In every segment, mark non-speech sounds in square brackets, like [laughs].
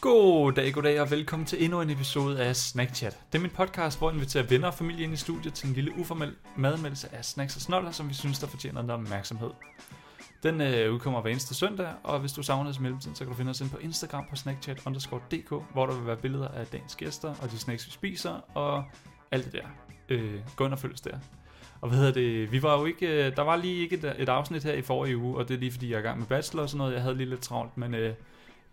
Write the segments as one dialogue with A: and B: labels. A: God dag, god dag og velkommen til endnu en episode af Snack Chat. Det er min podcast, hvor jeg inviterer venner og familie ind i studiet til en lille uformel madmeldelse af snacks og snoller, som vi synes, der fortjener noget opmærksomhed. Den øh, udkommer hver eneste søndag, og hvis du savner os i mellemtiden, så kan du finde os ind på Instagram på snackchat_dk, hvor der vil være billeder af dagens gæster og de snacks, vi spiser og alt det der. Øh, gå ind og følg os der. Og hvad hedder det, vi var jo ikke, øh, der var lige ikke et, et afsnit her i forrige uge, og det er lige fordi, jeg er i gang med bachelor og sådan noget, jeg havde lige lidt travlt, men øh,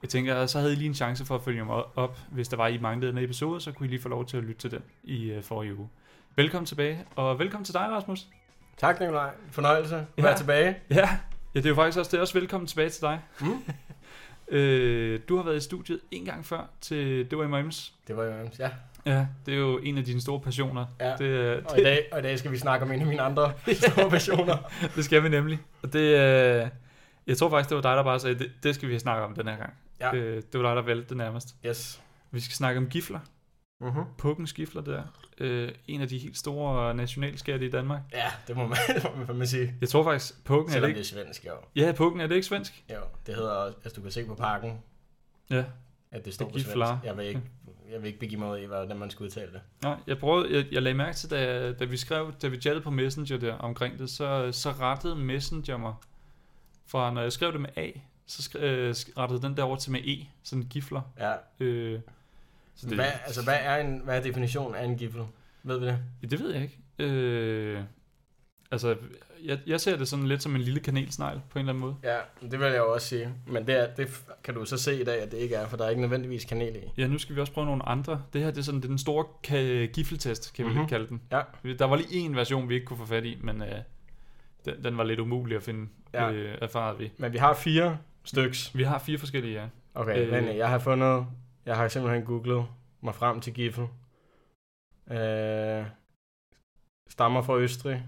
A: jeg tænker, så havde I lige en chance for at følge mig op. Hvis der var, I manglede en episode, så kunne I lige få lov til at lytte til den i øh, forrige uge. Velkommen tilbage, og velkommen til dig, Rasmus.
B: Tak, Nikolaj. Fornøjelse at
A: Ja.
B: være tilbage.
A: Ja, ja det er jo faktisk også, det er også velkommen tilbage til dig. Mm. [laughs] øh, du har været i studiet en gang før til Det var MM's.
B: Det var jo ja.
A: Ja, det er jo en af dine store passioner.
B: ja.
A: Det, øh,
B: Og, i
A: det,
B: dag, og i dag skal vi snakke om en af mine [laughs] andre store passioner.
A: det skal vi nemlig. Og det, øh, jeg tror faktisk, det var dig, der bare sagde, det, det skal vi snakke om den her gang.
B: Ja.
A: Øh, det var dig, der valgte det nærmest.
B: Yes.
A: Vi skal snakke om gifler.
B: Mm-hmm.
A: Pukkens gifler der. Øh, en af de helt store nationalskatte i Danmark.
B: Ja, det må man, [laughs] det må man fandme sige.
A: Jeg tror faktisk, pukken er det
B: Selvom det er
A: ikke...
B: svensk, jo.
A: Ja, pukken er det ikke svensk?
B: jo. Det hedder også, altså du kan se på pakken,
A: Ja.
B: at det står på
A: Giflar.
B: svensk. Jeg vil [laughs] ikke, jeg vil ikke begive mig ud i, hvordan man skal udtale det.
A: Nå, jeg, prøvede, jeg, jeg lagde mærke til, da, da vi skrev, da vi chattede på Messenger der omkring det, så, så rettede Messenger mig. Fra når jeg skrev det med A, så skre, øh, sk- rettede den der over til med E, sådan gifler.
B: Ja.
A: Øh, så det,
B: Hvad, altså, hvad er, en, hvad er definitionen af en gifle? Ved vi det?
A: Ja, det ved jeg ikke. Øh, altså, jeg, jeg ser det sådan lidt som en lille kanelsnegl på en eller anden måde.
B: Ja, det vil jeg jo også sige. Men det, er, det f- kan du så se i dag, at det ikke er, for der er ikke nødvendigvis kanel i.
A: Ja, nu skal vi også prøve nogle andre. Det her det er sådan det er den store ka- gifletest, kan vi mm-hmm.
B: Mhm.
A: lidt kalde den.
B: Ja.
A: Der var lige en version, vi ikke kunne få fat i, men øh, den, den var lidt umulig at finde, ja.
B: Ja.
A: øh, erfarede vi.
B: Men vi har fire styks.
A: Vi har fire forskellige, ja.
B: Okay,
A: Øh.
B: øh. men jeg har fundet, jeg har simpelthen googlet mig frem til Giffel. Øh, stammer fra Østrig.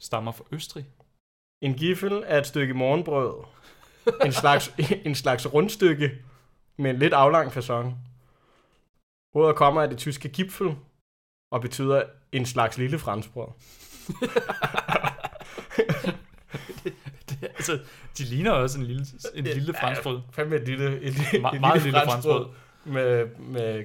A: Stammer fra Østrig.
B: En Giffel er et stykke [laughs] morgenbrød. En slags, en slags rundstykke med en lidt aflang façon. Ordet kommer af det tyske Gipfel og betyder en slags lille franskbrød.
A: det, altså, de ligner også en lille, en lille franskbrød.
B: Fandme et lille, et, et
A: Me- meget lille franskbrød.
B: med, med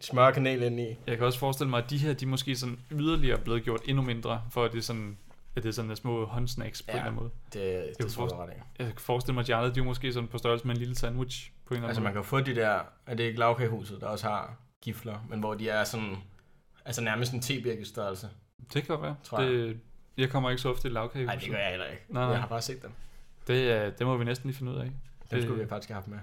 B: smør og kanel indeni.
A: Jeg kan også forestille mig, at de her, de er måske sådan yderligere blevet gjort endnu mindre, for at det er sådan, at det er sådan små håndsnacks på ja.
B: Ja.
A: en eller anden måde.
B: Det,
A: jo
B: det tror jeg du har ret i.
A: Jeg kan forestille mig, at de andre, de er måske sådan på størrelse med en lille sandwich på en eller anden
B: Altså
A: måde.
B: man kan jo få de der, er det ikke lavkagehuset, der også har gifler, men hvor de er sådan, altså nærmest en tebirkestørrelse.
A: Det kan godt være.
B: Tror jeg.
A: Det, jeg kommer ikke så ofte i lavkage.
B: Nej, det gør jeg heller ikke.
A: Nej, nej.
B: Jeg har bare set dem.
A: Det, er- det må vi næsten lige finde ud af.
B: Dem
A: Øh.
B: skulle vi faktisk have haft med.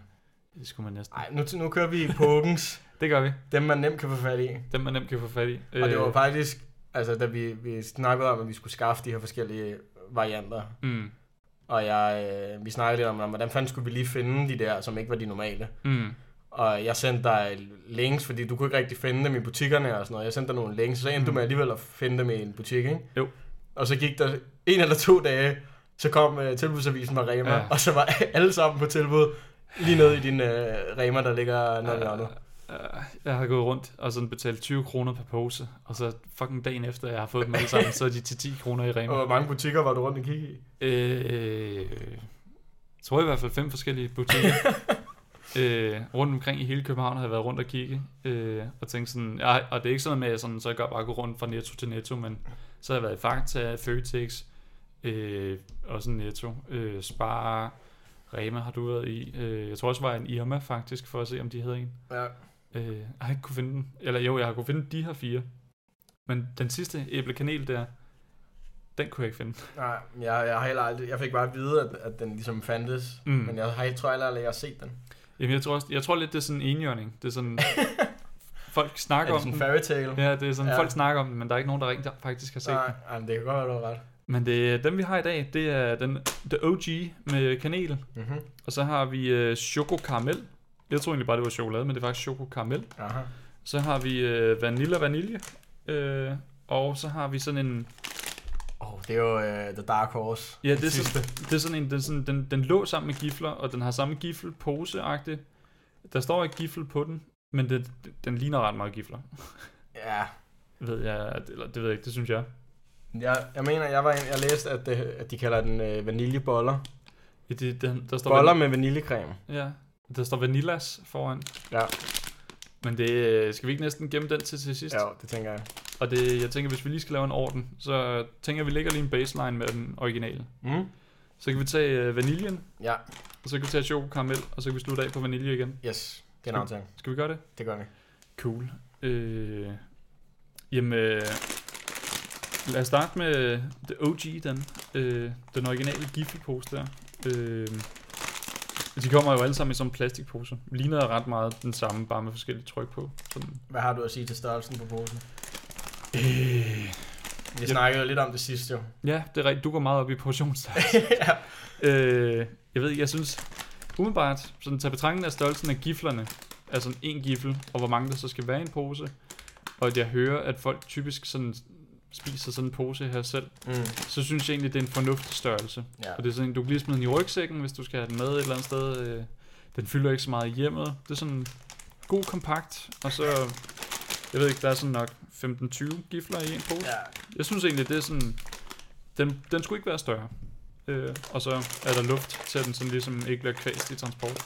A: Det skulle man næsten.
B: Nej, nu, nu kører vi i Pokens,
A: Det gør vi.
B: dem man nemt kan få fat i.
A: Dem man nemt kan få fat i. Øh,
B: Og det var faktisk, altså da vi, vi snakkede om, at vi skulle skaffe de her forskellige varianter,
A: Mm,
B: og jeg, øh, vi snakkede lidt om, om, hvordan fanden skulle vi lige finde de der, som ikke var de normale.
A: mm.
B: Og jeg sendte dig links, fordi du kunne ikke rigtig finde dem i butikkerne og sådan noget. Jeg sendte dig nogle links, så endte mm. du med alligevel at finde dem i en butik, ikke?
A: Jo.
B: Og så gik der en eller to dage, så kom uh, tilbudsavisen med Rema,
A: Ja.
B: ja. og så var [laughs] alle sammen på tilbud lige ned i din uh, Rema, der ligger nede ved hjørnet.
A: Øh, Jeg har gået rundt og sådan betalt 20 kroner per pose, og så fucking dagen efter, jeg har fået dem alle sammen, så er de til 10 kroner i
B: Og
A: Rema.
B: hvor mange butikker var du rundt og kigge i?
A: Øh, tror jeg i hvert fald fem forskellige butikker. øh, rundt omkring i hele København har jeg været rundt og kigge, øh, og tænkt sådan, jeg, og det er ikke sådan med, at jeg sådan, så jeg gør bare gå rundt fra netto til netto, men så har jeg været i Fakta, Føtex, øh, og sådan netto, øh, Spar, Rema har du været i. Øh, jeg tror også, jeg var i en Irma faktisk, for at se, om de havde en.
B: Ja.
A: Øh, jeg har ikke kunne finde den. Eller jo, jeg har kunne finde de her fire. Men den sidste æblekanel der, den kunne jeg ikke finde.
B: Nej, jeg, jeg har heller aldrig, jeg fik bare at vide, at, at den ligesom fandtes,
A: Mm.
B: mm. men jeg har, jeg tror heller aldrig, jeg har set den.
A: Jamen, jeg tror, også, jeg tror lidt, det er sådan en enhjørning. Det er
B: [laughs]
A: sådan, folk
B: Er
A: snakker
B: det
A: om
B: sådan
A: den.
B: en fairy tale?
A: Ja, det er sådan, ja.
B: Ja.
A: folk snakker om den, men der er ikke nogen, der rent faktisk har set
B: Nej,
A: den.
B: ej, men det kan godt være, du har ret.
A: Men det, dem, vi har i dag, det er den the OG med kanel.
B: Mm-hmm.
A: Og så har vi øh, choco karamel. Jeg tror egentlig bare, det var chokolade, men det er faktisk choco karamel.
B: Aha.
A: Så har vi øh, vanilla vanilje. Øh, og så har vi sådan en...
B: Oh, det er jo uh, The Dark Horse.
A: Ja, det er,
B: sidste.
A: sådan, det er sådan en, den, sådan, den, den lå sammen med gifler, og den har samme giflepose -agtig. Der står ikke gifle på den, men det, den ligner ret meget gifler.
B: Ja,
A: Ved jeg, at- eller det ved jeg ikke, det synes jeg.
B: jeg, jeg mener, jeg, var en, jeg læste, at, det, at de kalder den øh, vaniljeboller.
A: I det, den, der står
B: Boller med vaniljecreme.
A: Ja, Der står vanillas foran.
B: Ja.
A: Men det, øh, skal vi ikke næsten gemme den til til sidst?
B: Ja, det tænker jeg.
A: Og det, jeg tænker, hvis vi lige skal lave en orden, så tænker jeg, vi lægger lige en baseline med den originale.
B: Mm.
A: Så kan vi tage øh, vaniljen,
B: Ja,
A: og så kan vi tage chokokaramel, og så kan vi slutte af på vanilje igen.
B: yes. Det er en aftale.
A: Skal vi gøre det?
B: Det gør vi.
A: Cool. Øh, jamen, øh, lad os starte med øh, the OG, den, øh, den originale Giphy-pose der. Øh, de kommer jo alle sammen i sådan en plastikpose. Ligner ret meget den samme, bare med forskellige tryk på. Sådan.
B: Hvad har du at sige til størrelsen på posen?
A: Øh,
B: Vi
A: Jamen.
B: snakkede jo lidt om det sidste jo. [laughs]
A: ja, det er rigtigt. Du går meget op i portionsstørrelse.
B: ja.
A: øh, jeg ved ikke, jeg synes umiddelbart, sådan tage betragtning af størrelsen af giflerne, altså sådan en gifle, og hvor mange der så skal være i en pose, og at jeg hører, at folk typisk sådan spiser sådan en pose her selv,
B: Mm.
A: så synes jeg egentlig, det er en fornuftig størrelse.
B: ja.
A: Og det er sådan, en, du kan lige smide den i rygsækken, hvis du skal have den med et eller andet sted. øh, Den fylder ikke så meget i hjemmet. Det er sådan god kompakt, og så, jeg ved ikke, der er sådan nok 15-20 gifler i en pose.
B: Ja.
A: Jeg synes egentlig, det er sådan... Den, den skulle ikke være større. Øh, og så er der luft til, at den sådan ligesom ikke bliver kvæst i transport.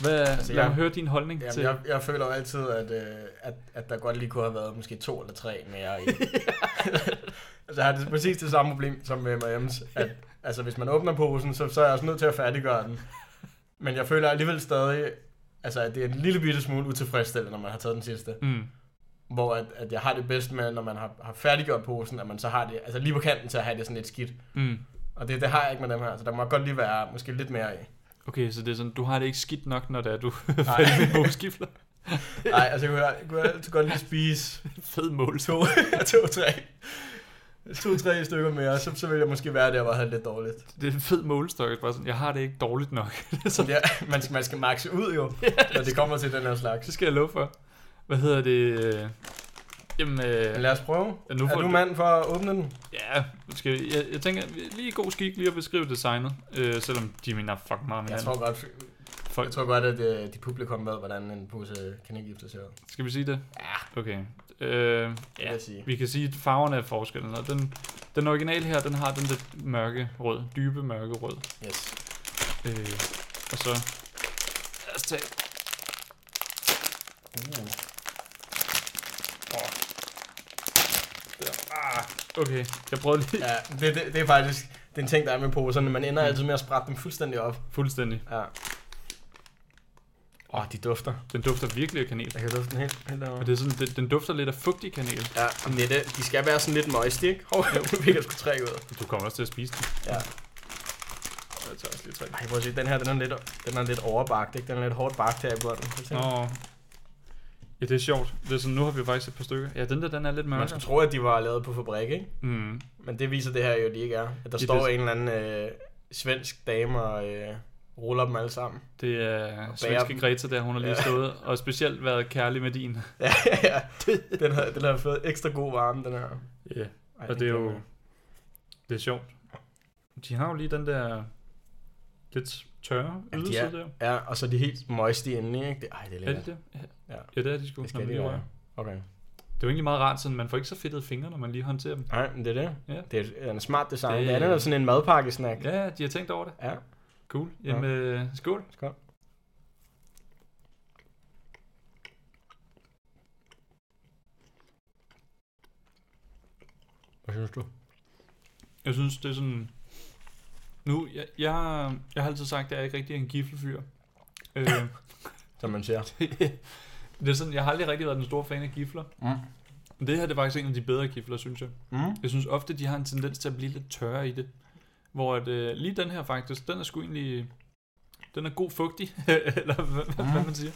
A: Hvad, altså, lad
B: jeg-
A: mig høre din holdning til...
B: Jamen, jeg, jeg føler jo altid, at, øh, at, at der godt lige kunne have været måske to eller tre
A: [laughs]
B: mere i. altså, jeg har det præcis det samme problem som med M&M's. At, altså, hvis man åbner posen, så, så er jeg også nødt til at færdiggøre den. Men jeg føler alligevel stadig, altså, at det er en lille bitte smule utilfredsstillende, når man har taget den sidste.
A: Mm,
B: Hvor at, at jeg har det bedst med, når man har, har færdiggjort posen, at man så har det, altså lige på kanten til at have det sådan lidt skidt.
A: mm.
B: Og det, det har jeg ikke med dem her, så der må godt lige være måske lidt mere i.
A: Okay, så det er sådan, du har det ikke skidt nok, når det er, du [laughs]
B: Nej.
A: fælder en påskifler.
B: Nej, altså, jeg kunne, jeg kunne altid godt lige spise
A: [laughs] Fed mål.
B: to, [laughs] to, tre, to, tre stykker mere, så, så ville jeg måske være der, hvor jeg havde det lidt dårligt.
A: Det er en fed målestok. Bare sådan, jeg har det ikke dårligt [laughs] nok.
B: Så ja, man, skal, man skal makse ud jo, når det kommer til den her slags.
A: Så skal jeg love for. Hvad hedder det? øh, Jamen,
B: Men
A: øh,
B: Lad os prøve.
A: Ja, nu
B: er
A: får
B: du
A: du-
B: mand for at åbne den?
A: ja, nu skal jeg, jeg, jeg tænker, vi- lige i god skik lige at beskrive designet. Øh, selvom de minder fucking meget om
B: Jeg
A: hinanden.
B: tror godt,
A: Folk,
B: jeg tror godt at øh, de publikum ved, hvordan en pose kanelgifter ser ud.
A: Skal vi sige det? Ja. Okay. Øh,
B: Det vil
A: ja.
B: jeg sige.
A: Vi kan sige, at farverne er forskellen. Og den, den originale her, den har den lidt mørke rød. Dybe mørke rød.
B: Yes.
A: Øh, og så... Lad os tage...
B: Uh.
A: Åh. Der. Ah, okay, jeg prøvede lige
B: Ja, det, det, det, er faktisk det er en ting, der er med poserne. Man
A: Mm.
B: ender altid med at sprætte dem fuldstændig op.
A: fuldstændig.
B: Ja. Åh, oh, de dufter.
A: Den dufter virkelig af kanel.
B: Jeg kan dufte den helt, helt
A: Og det er sådan, den, den dufter lidt af fugtig kanel.
B: Ja, men det er det. De skal være sådan lidt moist, ikke? Hov, [laughs] nu fik jeg sgu tre ud.
A: Du kommer også til at spise den.
B: Ja.
A: Jeg tager også lige tre.
B: Ej, prøv at se, den her, den er lidt, den er lidt overbagt, ikke? Den er lidt hårdt bagt her i bunden.
A: Nå. Ja, det er sjovt. Det er sådan, nu har vi faktisk et par stykker. Ja, den der, den er lidt
B: Man
A: mørkere.
B: skulle tro, at de var lavet på fabrik, ikke?
A: Mm.
B: Men det viser det her jo, at de ikke er. At der
A: Det er
B: står
A: det.
B: en eller anden øh, svensk dame og øh, ruller dem alle [laughs] sammen.
A: Det er
B: Og
A: svenske
B: bærer dem.
A: Greta der, hun har lige
B: Ja.
A: stået, og specielt været kærlig med din.
B: ja, ja. Den har, den har fået ekstra god varme, den her.
A: Ja,
B: Ej,
A: og det er jo, det er sjovt. De har jo lige den der lidt tørre
B: Ja, de
A: yderside der.
B: Ja, og så er de helt moist i enden, ikke? Det,
A: Er
B: ej, det er
A: det
B: lækkert.
A: det?
B: Ja.
A: Ja, det er de sgu.
B: Det
A: når
B: skal
A: man
B: det
A: lige rører.
B: være. Okay.
A: Det er jo egentlig meget rart, sådan man får ikke så fedtede fingre, når man lige håndterer dem.
B: Nej, men det er det.
A: Ja.
B: Det er en smart design.
A: Det-
B: Det, andet er jo sådan en madpakkesnack.
A: Ja, de har tænkt over det.
B: ja.
A: Cool. Jamen, ja. skål.
B: Skål. Hvad synes du?
A: Jeg synes, det er sådan... Nu, jeg, jeg, jeg har altid sagt, at jeg ikke rigtig er en giflefyr. Øh,
B: [laughs] Som man siger.
A: det er sådan, jeg har aldrig rigtig været den store fan af gifler.
B: Mm.
A: Men det her det er faktisk en af de bedre gifler, synes jeg.
B: Mm.
A: Jeg synes ofte, de har en tendens til at blive lidt tørre i det. Hvor at, øh, lige den her faktisk, den er sgu egentlig... Den er god fugtig, [laughs] eller hvad, mm. hvad
B: Mm.
A: man siger.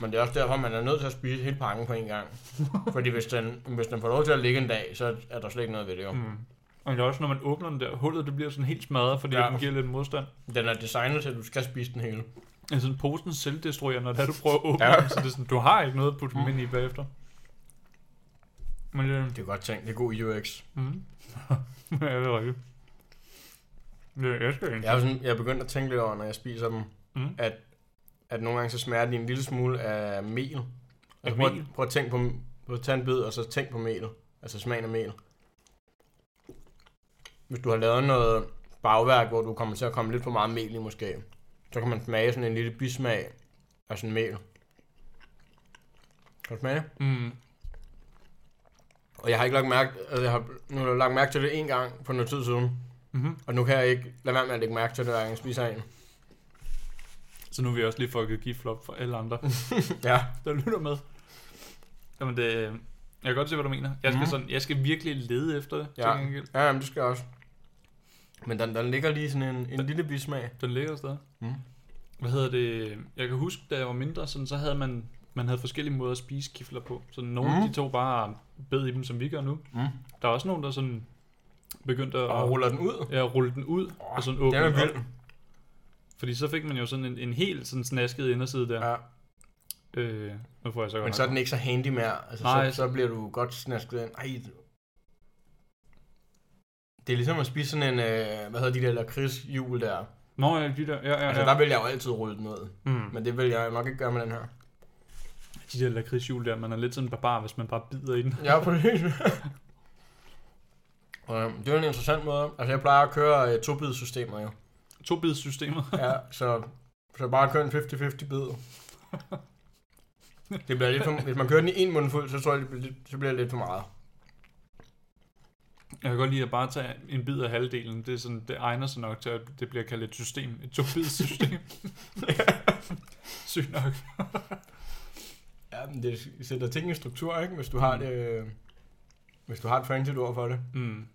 B: Men det er også derfor, man er nødt til at spise hele pakken på en [laughs] gang. Fordi hvis den, hvis den får lov til at ligge en dag, så er der slet ikke noget ved det jo. Mm.
A: Mm. Og det er også, når man åbner den der, hullet det bliver sådan helt smadret, fordi ja.
B: Ja.
A: den giver lidt modstand.
B: Den er designet til, at du skal spise den hele.
A: Altså, posen selvdestruerer, når det er, du prøver at åbne ja.
B: Ja.
A: den, så det er sådan, du har ikke noget at putte dem
B: Mm.
A: ind i bagefter. Men det,
B: Det er godt tænkt. Det er god E UX.
A: mm. [laughs] ja, det er rigtigt. Det elsker jeg
B: Jeg er, jo sådan, jeg er begyndt at tænke lidt over, når jeg spiser dem,
A: Mm.
B: at nogle gange så smager de en lille smule af mel. Altså, prøv,
A: mel?
B: at- prøv at tænke på, prøv at tage en bid, og så tænk på mel. Altså smagen af mel. Hvis du har lavet noget bagværk, hvor du kommer til at komme lidt for meget mel i måske, så kan man smage sådan en lille bismag og sådan mel. Kan du smage det?
A: Mm.
B: Og jeg har ikke lagt mærke, altså jeg har, nu har jeg lagt mærke til det en gang for noget tid siden.
A: Mm-hmm.
B: Og nu kan jeg ikke lade være med at lægge mærke til det, hver gang jeg spiser en. [laughs]
A: Så nu har vi også lige fucket giflop for alle andre,
B: Ja.
A: der lytter med. Jamen det, øh, jeg kan godt se, hvad du mener. Jeg skal,
B: Mhm.
A: sådan, jeg skal virkelig lede efter det, til
B: Ja.
A: gengæld.
B: Ja, jamen, det skal jeg også. Men der, der ligger lige sådan en, en lille bismag.
A: Den ligger stadig.
B: Mm.
A: Hvad hedder det? Jeg kan huske, da jeg var mindre, sådan, så havde man, man havde forskellige måder at spise kifler på. Så nogle mm.
B: Mm.
A: af de to bare bed i dem, som vi gør nu.
B: Mm.
A: Der er også nogen, der sådan begyndte at
B: Og ruller den ud.
A: ja, rulle den ud oh, og sådan åbne
B: Den er
A: den op.
B: vild.
A: Fordi så fik man jo sådan en, en helt sådan snasket inderside der.
B: Ja.
A: Øh, nu får jeg så godt
B: Men
A: nok-
B: så er den ikke så handy mere. Altså,
A: Nej.
B: så, så bliver du godt snasket ind. Ej, du- det er ligesom at spise sådan en, øh, hvad hedder de der lakridshjul der.
A: Nå ja, de der, ja, ja, ja.
B: Altså, der vil jeg jo altid rulle den ud.
A: mm.
B: Men det vil jeg jo nok ikke gøre med den her.
A: De der lakridshjul der, man er lidt sådan en barbar, hvis man bare bider i den.
B: Ja, [laughs] præcis. Øhm, det er jo en interessant måde. Altså, jeg plejer at køre øh, to-bid-systemet jo.
A: To bidssystemet.
B: Ja, så, så bare køre en 50-50 [laughs] bid. Det bliver lidt for, hvis man kører den i en mundfuld, så tror jeg, det bliver, lidt- så bliver det lidt for meget.
A: Jeg kan godt lide at bare tage en bid af halvdelen. Det, er sådan, det egner sig nok til, at det bliver kaldt et system. Et to-bid-system. [laughs] Sygt nok.
B: Ja, men det sætter ting i struktur, ikke? Hvis du har
A: Mm.
B: det... øh, Hvis du har et fancy ord for det.
A: Mm.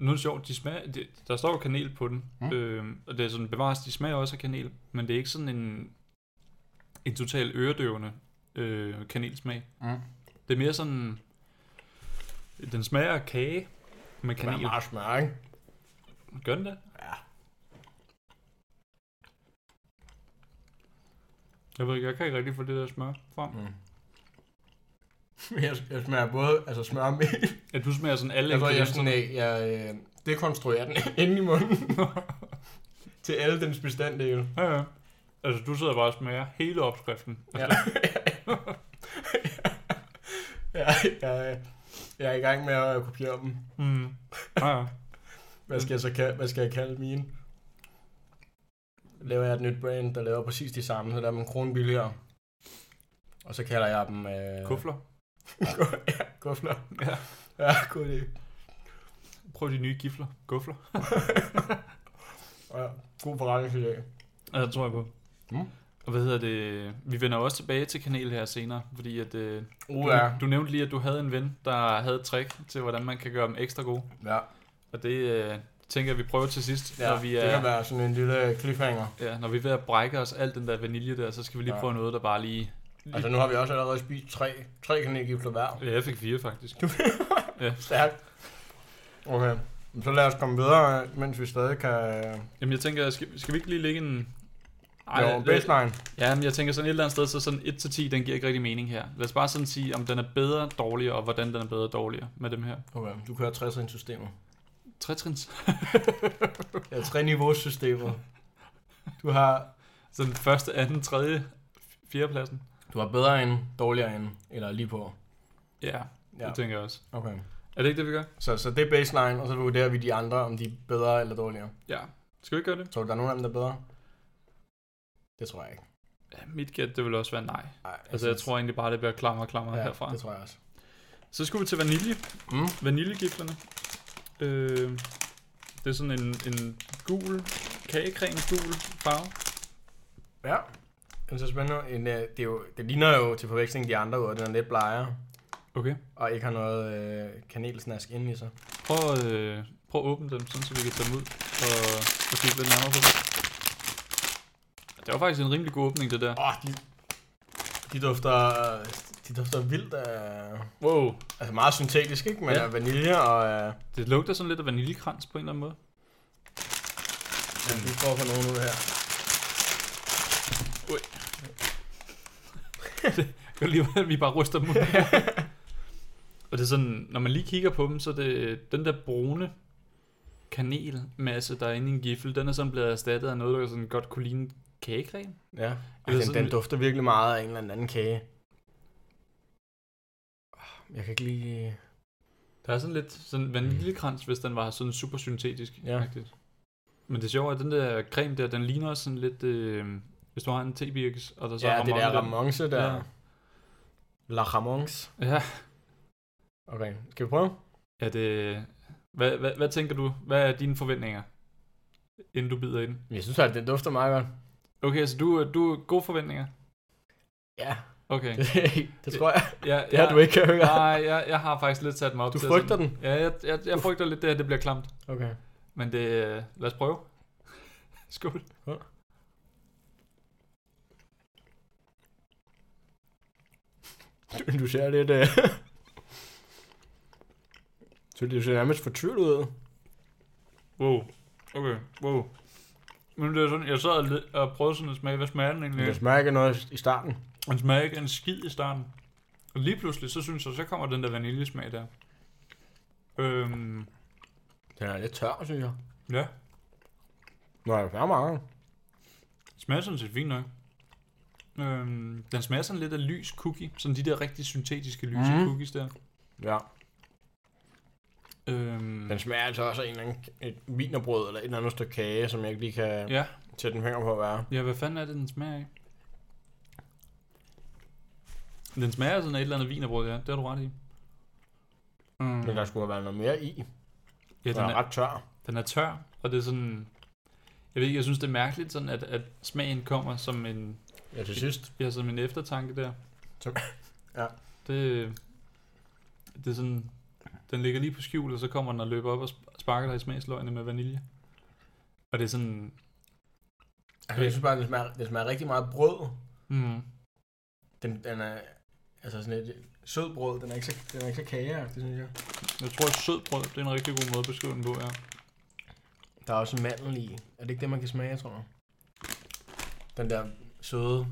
A: Nu er det sjovt, de smager, de, der står jo kanel på den, mm.
B: Mm.
A: øh, og det er sådan, bevares, de smager også af kanel, men det er ikke sådan en, en total øredøvende øh, kanelsmag.
B: Mm.
A: Det er mere sådan, den smager af kage med
B: Kan
A: kanel.
B: være meget smør, ikke?
A: Gør den det?
B: Ja.
A: Jeg ved ikke, jeg kan ikke rigtig få det der smør frem.
B: Mm. [laughs] Jeg, jeg smager både altså smør og mel.
A: Ja, du smager sådan alle
B: Jeg tror, jeg,
A: ingredienserne.
B: sådan, jeg, jeg øh, dekonstruerer den [laughs] ind i munden. til alle dens bestanddele.
A: Ja, ja. Altså, du sidder bare og smager hele opskriften. Altså,
B: Ja. [laughs] ja, jeg, jeg er i gang med at kopiere dem.
A: Mm. Ja, ja.
B: Hvad
A: Mm.
B: skal jeg så kalde, hvad skal jeg kalde mine? Laver jeg et nyt brand, der laver præcis de samme, så der er en krone billigere. Og så kalder jeg dem... Øh,
A: Kufler.
B: [laughs] ja, kufler.
A: Ja.
B: Ja, god idé.
A: Prøv de nye gifler. Gufler.
B: Ja, god forretningsidé.
A: Ja, det tror jeg på.
B: Mm.
A: Og hvad hedder det? Vi vender jo også tilbage til kanel her senere, fordi at, øh,
B: Uh,
A: du,
B: ja.
A: du nævnte lige, at du havde en ven, der havde et trick til, hvordan man kan gøre dem ekstra gode.
B: Ja,
A: Og det øh, tænker jeg, vi prøver til sidst,
B: ja
A: når, vi
B: det kan
A: er,
B: være sådan en lille cliffhanger.
A: ja, når vi er ved at brække os alt den der vanilje der, så skal vi lige
B: Ja.
A: prøve noget, der bare lige...
B: Altså, nu har vi også allerede spist tre, tre kanelgifler hver.
A: Ja, jeg fik fire faktisk.
B: Stærkt. Okay, så lad os komme videre, mens vi stadig kan... øh,
A: Jamen jeg tænker, skal, skal vi ikke lige lægge en...
B: Ej, jo,
A: lad-
B: baseline.
A: Ja, men jeg tænker sådan et eller andet sted, så sådan 1-10, den giver ikke rigtig mening her. Lad os bare sådan sige, om den er bedre, dårligere, og hvordan den er bedre, dårligere med dem her.
B: Okay, du kører 60 ind systemet.
A: Trætrins.
B: Ja, tre niveausystemet. Du har,
A: Så den første, anden, tredje, fjerde pladsen.
B: du har bedre end, dårligere end, eller lige på.
A: Ja, ja,
B: Ja,
A: det tænker jeg også.
B: okay.
A: Er det ikke det, vi gør?
B: Så, så det er baseline, og så vurderer vi de andre, om de er bedre eller dårligere.
A: Ja. Skal vi ikke gøre det?
B: Tror du, der er nogen af dem, der er bedre? Det tror jeg ikke.
A: Ja, mit gæt, det vil også være nej.
B: Ej,
A: Altså, jeg tror egentlig bare, det bliver klammer og klammer ja,
B: ja,
A: herfra.
B: Det tror jeg også.
A: Så skulle vi til vanilje.
B: Mm.
A: Vaniljegiflerne. Øh, det er sådan en, en gul, kagecreme gul farve.
B: Ja. Det er så spændende. En, øh, det, er jo, det ligner jo til forveksling de andre ud, og den er lidt blegere,
A: Okay.
B: og ikke har noget øh, kanelsnask inde i sig.
A: Prøv, øh, prøv at åbne dem, sådan, så vi kan tage dem ud og, og kigge lidt nærmere på dem. Det var faktisk en rimelig god åbning, det der.
B: Åh, oh, de, de dufter, de dufter vildt af...
A: Wow.
B: Altså meget syntetisk, ikke? Men
A: Ja.
B: ja. vanilje og... Øh,
A: Det lugter sådan lidt af vaniljekrans på en eller anden måde.
B: Jeg skal lige prøve at få nogen ud her.
A: Jeg kan lige, at vi bare ryster dem ud. [laughs] og det er sådan, når man lige kigger på dem, så er det øh, den der brune kanelmasse, der er inde i en gifle, den er sådan blevet erstattet af noget, der sådan godt kunne ligne kagecreme.
B: Ja.
A: Eller
B: Altså,
A: sådan-
B: den, den dufter virkelig meget af en eller anden kage. Ah, Jeg kan ikke lige...
A: Der er sådan lidt sådan vaniljekrans, hvis den var sådan super syntetisk.
B: Ja.
A: Men det sjove er, at den der creme der, den ligner også sådan lidt øh, Hvis du har en tebirkes, og der så
B: Så ja,
A: er
B: det
A: ramon
B: der
A: i den.
B: Ramonce der.
A: Ja.
B: Ja. La Ramons.
A: Ja.
B: Okay, skal vi prøve?
A: Er det... Hvad, hvad, hvad tænker du? Hvad er dine forventninger, inden du bider i den?
B: Jeg synes at den dufter meget godt.
A: Okay, så du, du har gode forventninger?
B: Ja,
A: Okay.
B: det, [laughs] det tror jeg.
A: Ja,
B: Det har du ikke kan høre.
A: Nej, jeg, jeg har faktisk lidt sat mig op
B: Du
A: til...
B: frygter
A: sådan-
B: den?
A: Ja, jeg, jeg, jeg frygter lidt det her, det bliver klamt.
B: Okay.
A: Men det... øh, Lad os prøve. [laughs] Skål.
B: Skål. Du, du ser lidt... Uh... [laughs] Så det ser nærmest fortvivlet ud.
A: Wow. Okay, wow. Men det er sådan, jeg sad og, led- og prøvede sådan at smage, hvad smager den
B: Men
A: egentlig?
B: Jeg smager ikke noget i starten.
A: Den smager ikke en skid i starten. Og lige pludselig, så synes jeg, så kommer den der vaniljesmag der. Øhm,
B: Den er lidt tør, synes jeg.
A: ja.
B: Nå, jeg er færdig meget.
A: Smager sådan set fint nok. Øhm, den smager sådan lidt af lys cookie. Sådan de der rigtig syntetiske lyse mm.
B: Mhm.
A: cookies der.
B: Ja.
A: Øhm,
B: Den smager altså også af en eller anden et vinerbrød eller et eller andet stykke kage, som jeg ikke lige kan
A: Ja.
B: sætte en finger på, hvad er.
A: ja, hvad fanden er det, den smager af? Den smager sådan af et eller andet vinerbrød, ja. Det har du ret i. Mm.
B: Men der skulle have været noget mere i.
A: Ja, den
B: Den er
A: er,
B: ret tør.
A: den er tør, og det er sådan... Jeg ved ikke, jeg synes, det er mærkeligt, sådan at, at smagen kommer som en,
B: Ja, til sidst.
A: Ja, som en eftertanke der.
B: Så- ja.
A: Det, det er sådan, den ligger lige på skjul, og så kommer den og løber op og sp- sparker dig i smagsløgene med vanilje. Og det er sådan,
B: Altså, jeg synes bare, den smager, den smager rigtig meget brød.
A: mm,
B: Den, den er altså sådan et sød brød. Den er ikke så, den er ikke så kageagtig, synes jeg.
A: jeg tror, at sødbrød, det er en rigtig god måde at beskrive den på, ja.
B: Der er også en mandel i. Er det ikke det, man kan smage, tror jeg? Den der søde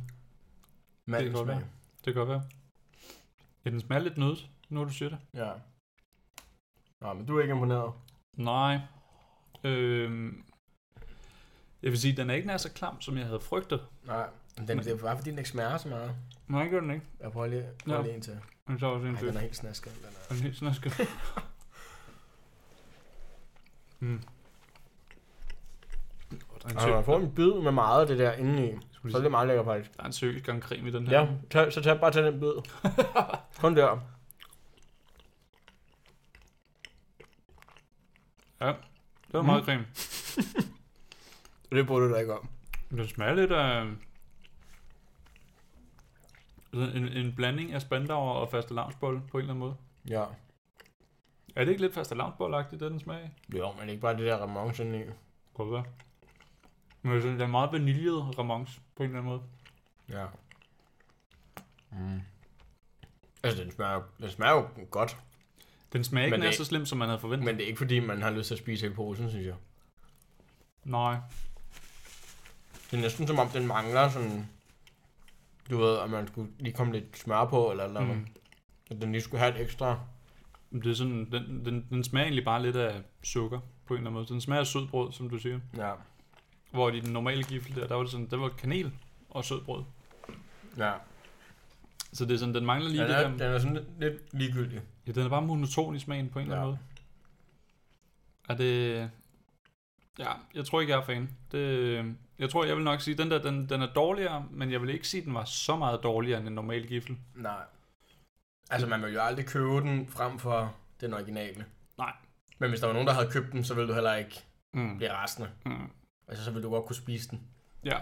B: mandelsmag.
A: være. Det kan godt være. Ja, den smager lidt nødt, når du siger det.
B: Ja. Nej, men du er ikke imponeret.
A: Nej. Øhm, jeg vil sige, den er ikke nær så klam, som jeg havde frygtet.
B: Nej, men den,
A: Men-
B: det er bare fordi, den ikke smager så meget.
A: Nej, det gør den ikke.
B: Jeg prøver lige,
A: Nå.
B: prøver lige en til.
A: Men så er også en
B: Ej,
A: til.
B: den er helt snasket. Den er.
A: Og en helt
B: [laughs]
A: snaske. mm. Åh, Der er en
B: Altså, man
A: sø-
B: får en bid med meget af det der indeni.
A: Skulle
B: Så er
A: lige-
B: det meget lækker faktisk.
A: der er en seriøs gang krim i den her.
B: Ja, tag, så tag bare til
A: [laughs]
B: den bid. Kun der.
A: Det var
B: Mm.
A: meget krim.
B: Det burde du da ikke om.
A: Men Den smager lidt af... sådan En, en blanding af spandauer og faste lavnsbolle på en eller anden måde.
B: Ja.
A: Er det ikke lidt faste lavnsbolle-agtigt, det den smager af?
B: Jo, men ikke bare det der remonce indeni.
A: Godt være. Men jeg synes, den er meget vaniljet ramons på en eller anden måde.
B: Ja. Mm. Altså, den smager, den smager jo godt.
A: Den smager ikke
B: Men
A: nær
B: det-
A: så slemt, som man havde forventet.
B: Men det er ikke fordi, man har lyst til at spise hele posen, synes jeg.
A: Nej.
B: Det er næsten som om, den mangler sådan... Du ved, at man skulle lige komme lidt smør på, eller, eller mm.
A: Mm.
B: at den lige skulle have et ekstra...
A: Det er sådan, den, den, den smager egentlig bare lidt af sukker på en eller anden måde. Den smager af sødbrød, som du siger.
B: Ja.
A: Hvor i den normale gifle der, der var det sådan, der var kanel og sødbrød.
B: Ja.
A: Så det er sådan, den mangler lige
B: Den
A: det
B: er,
A: der.
B: den er sådan lidt, lidt ligegyldig.
A: Ja, den er bare monoton i smagen på en eller anden
B: Ja.
A: måde. Og det... Ja, jeg tror ikke, jeg er fan. Det, jeg tror, jeg vil nok sige, den der, den, den er dårligere, men jeg vil ikke sige, den var så meget dårligere end en normal gifle.
B: Nej. Altså, man vil jo aldrig købe den frem for den originale.
A: Nej.
B: Men hvis der var nogen, der havde købt den, så ville du heller ikke
A: Mm.
B: blive restende.
A: Mm.
B: Altså, så ville du godt kunne spise den.
A: Ja.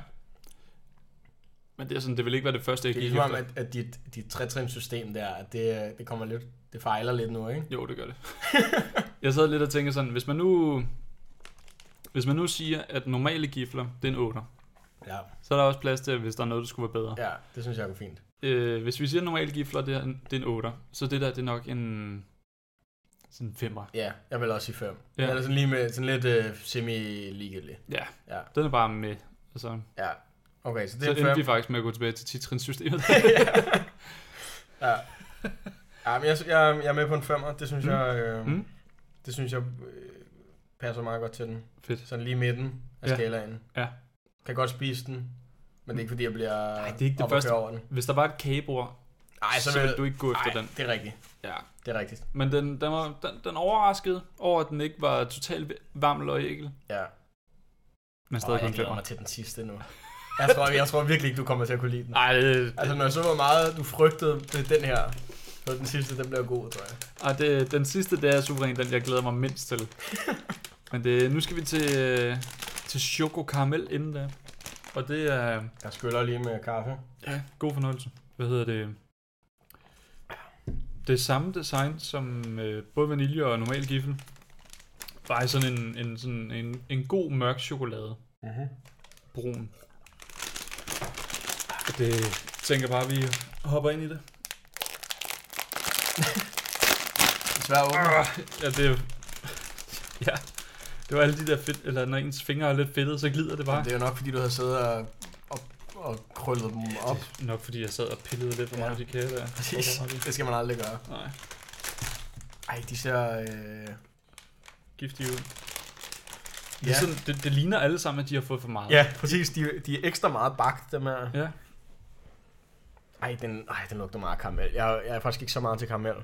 A: Men det er sådan, det vil ikke være det første, jeg
B: Det er
A: gik
B: ligesom om,
A: efter.
B: at, at dit, dit trætrinssystem der, at det, det kommer lidt, det fejler lidt
A: [laughs]
B: nu, ikke?
A: Jo, det gør det. jeg sad lidt og tænkte sådan, hvis man nu, hvis man nu siger, at normale gifler, det er en 8'er,
B: Ja,
A: så er der også plads til, hvis der er noget, der skulle være bedre.
B: ja det synes jeg er fint.
A: Øh, hvis vi siger, at normale gifler, det er en, det er en 8'er, så det der, det er nok en, sådan en 5'er.
B: Ja, jeg vil også sige 5.
A: Ja.
B: Ja. Eller sådan lige med sådan lidt øh, semi-ligelig.
A: Den er bare med. Altså,
B: Ja, okay, så det
A: så
B: er
A: endte vi
B: 5.
A: faktisk med at gå tilbage til titrinssystemet.
B: [laughs] ja. ja, men jeg, jeg, jeg er med på en 5'er, det synes
A: Mm.
B: mm. jeg, øh,
A: Mm.
B: [laughs] mm. det synes jeg øh, passer meget godt til den.
A: Fedt.
B: Sådan lige midten af
A: Ja.
B: ja. skalaen.
A: Ja.
B: Kan godt spise den, men det er ikke fordi, jeg bliver
A: Nej, det er ikke det
B: op at
A: første.
B: køre over den.
A: Hvis der var et kagebord,
B: Nej,
A: så ville du ikke gå efter
B: Ej,
A: den.
B: det er rigtigt.
A: Ja.
B: Det er rigtigt.
A: Men den, den, var, den, den overraskede over, at den ikke var totalt vammel og ægel.
B: Ja.
A: Men stadig
B: Åh,
A: kun
B: jeg glæder
A: 5'er.
B: mig til den sidste nu. [laughs] Jeg tror, jeg tror virkelig ikke, du kommer til at kunne lide den.
A: Ej, det,
B: Altså, når jeg så hvor meget du frygtede det, den her, så den sidste, den bliver god, tror jeg.
A: Ej, det, den sidste, det er suveræn, den jeg glæder mig mindst til. Men det, nu skal vi til, øh, til Choco Caramel inden da. Og det er
B: Jeg skyller lige med kaffe.
A: ja, god fornøjelse. Hvad hedder det? Det er samme design som øh, både vanilje og normal giffel. Bare i sådan en, en, sådan en, en god mørk chokolade.
B: Mm-hmm.
A: Brun. Og det tænker bare, at vi hopper ind i det.
B: Svær åbner.
A: Arh, ja, det er... [laughs] Ja, det var alle de der fedt... Eller når ens fingre er lidt fedtede, så glider det bare.
B: Jamen, Det er jo nok, fordi du har siddet og, og, og krøllet dem op.
A: Det er nok fordi jeg sad og pillede lidt for meget af de kager der.
B: Præcis.
A: Hvorfor har de-
B: Det skal man aldrig gøre.
A: Nej,
B: Ej, de ser... Øh...
A: giftig ud. Det,
B: Ja.
A: er sådan, det, det, ligner alle sammen, at de har fået for meget.
B: ja, præcis. De, de er ekstra meget bagt, dem her.
A: Ja.
B: Ej, den, ej, den lugter meget af karamel. Jeg, jeg er faktisk ikke så meget til karamel.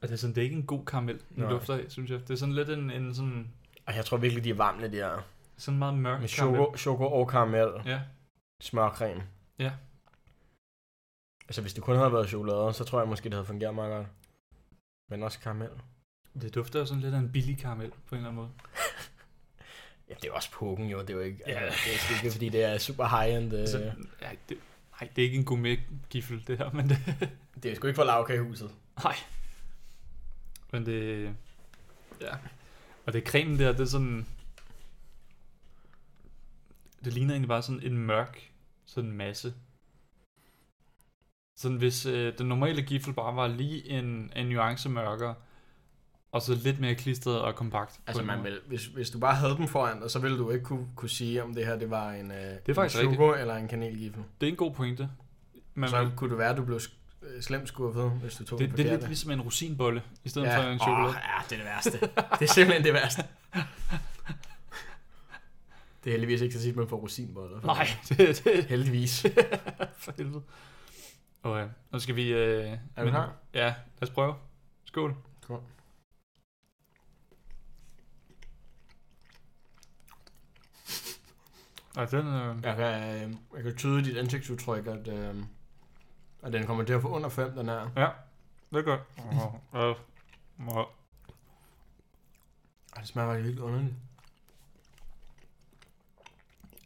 A: Og det er sådan, det er ikke en god karamel, den
B: Nej.
A: dufter af, synes jeg. Det er sådan lidt en, en sådan,
B: Og jeg tror virkelig, de er varme, de her.
A: sådan meget mørk
B: Med
A: karamel.
B: choco, choco og karamel.
A: Ja,
B: Smørcreme.
A: Ja.
B: Altså, hvis det kun havde været chokolade, så tror jeg måske, det havde fungeret meget godt. Men også [laughs] karamel.
A: det dufter jo sådan lidt af en billig karamel, på en eller anden måde.
B: Ja, det er også poken jo. Det er jo ikke,
A: Ja.
B: ja. altså, det er ikke fordi det er super high-end. Øh,
A: Så, ja, det, nej, det er ikke en gourmet-gifle, det her, men det, [laughs]
B: det er sgu ikke for lavkagehuset.
A: Men det... Ja. Og det cremen der, det er sådan... Det ligner egentlig bare sådan en mørk sådan masse. Sådan hvis øh, den normale giffel bare var lige en, en nuance mørkere, og så lidt mere klistret og kompakt. på
B: Altså,
A: en
B: man
A: måde.
B: vil, hvis, hvis du bare havde dem foran dig, så ville du ikke kunne, kunne sige, om det her det var en, øh, det
A: er faktisk
B: en choco eller en kanelgiffel.
A: Det er en god pointe. Man
B: Så
A: vil,
B: kunne det være, at du blev sk- øh, slemt skuffet, hvis du tog den
A: det, det er lidt
B: forkerte.
A: ligesom en rosinbolle, i stedet ja. for en chokolade.
B: Åh, ja, det er det værste. det er simpelthen det værste. Det er heldigvis ikke så tit, man får rosinboller.
A: Nej, det, det, [laughs]
B: [laughs] Heldigvis.
A: For helvede. Okay, nu skal vi... Øh,
B: Er du klar?
A: Ja, lad os prøve. Skål.
B: Skål.
A: Og den... Øh,
B: Jeg kan, øh, jeg kan tyde dit ansigtsudtryk, at, øh, at den kommer til at få under 5, den her.
A: det er godt. Åh, øh, åh.
B: Ej, det smager faktisk helt underligt.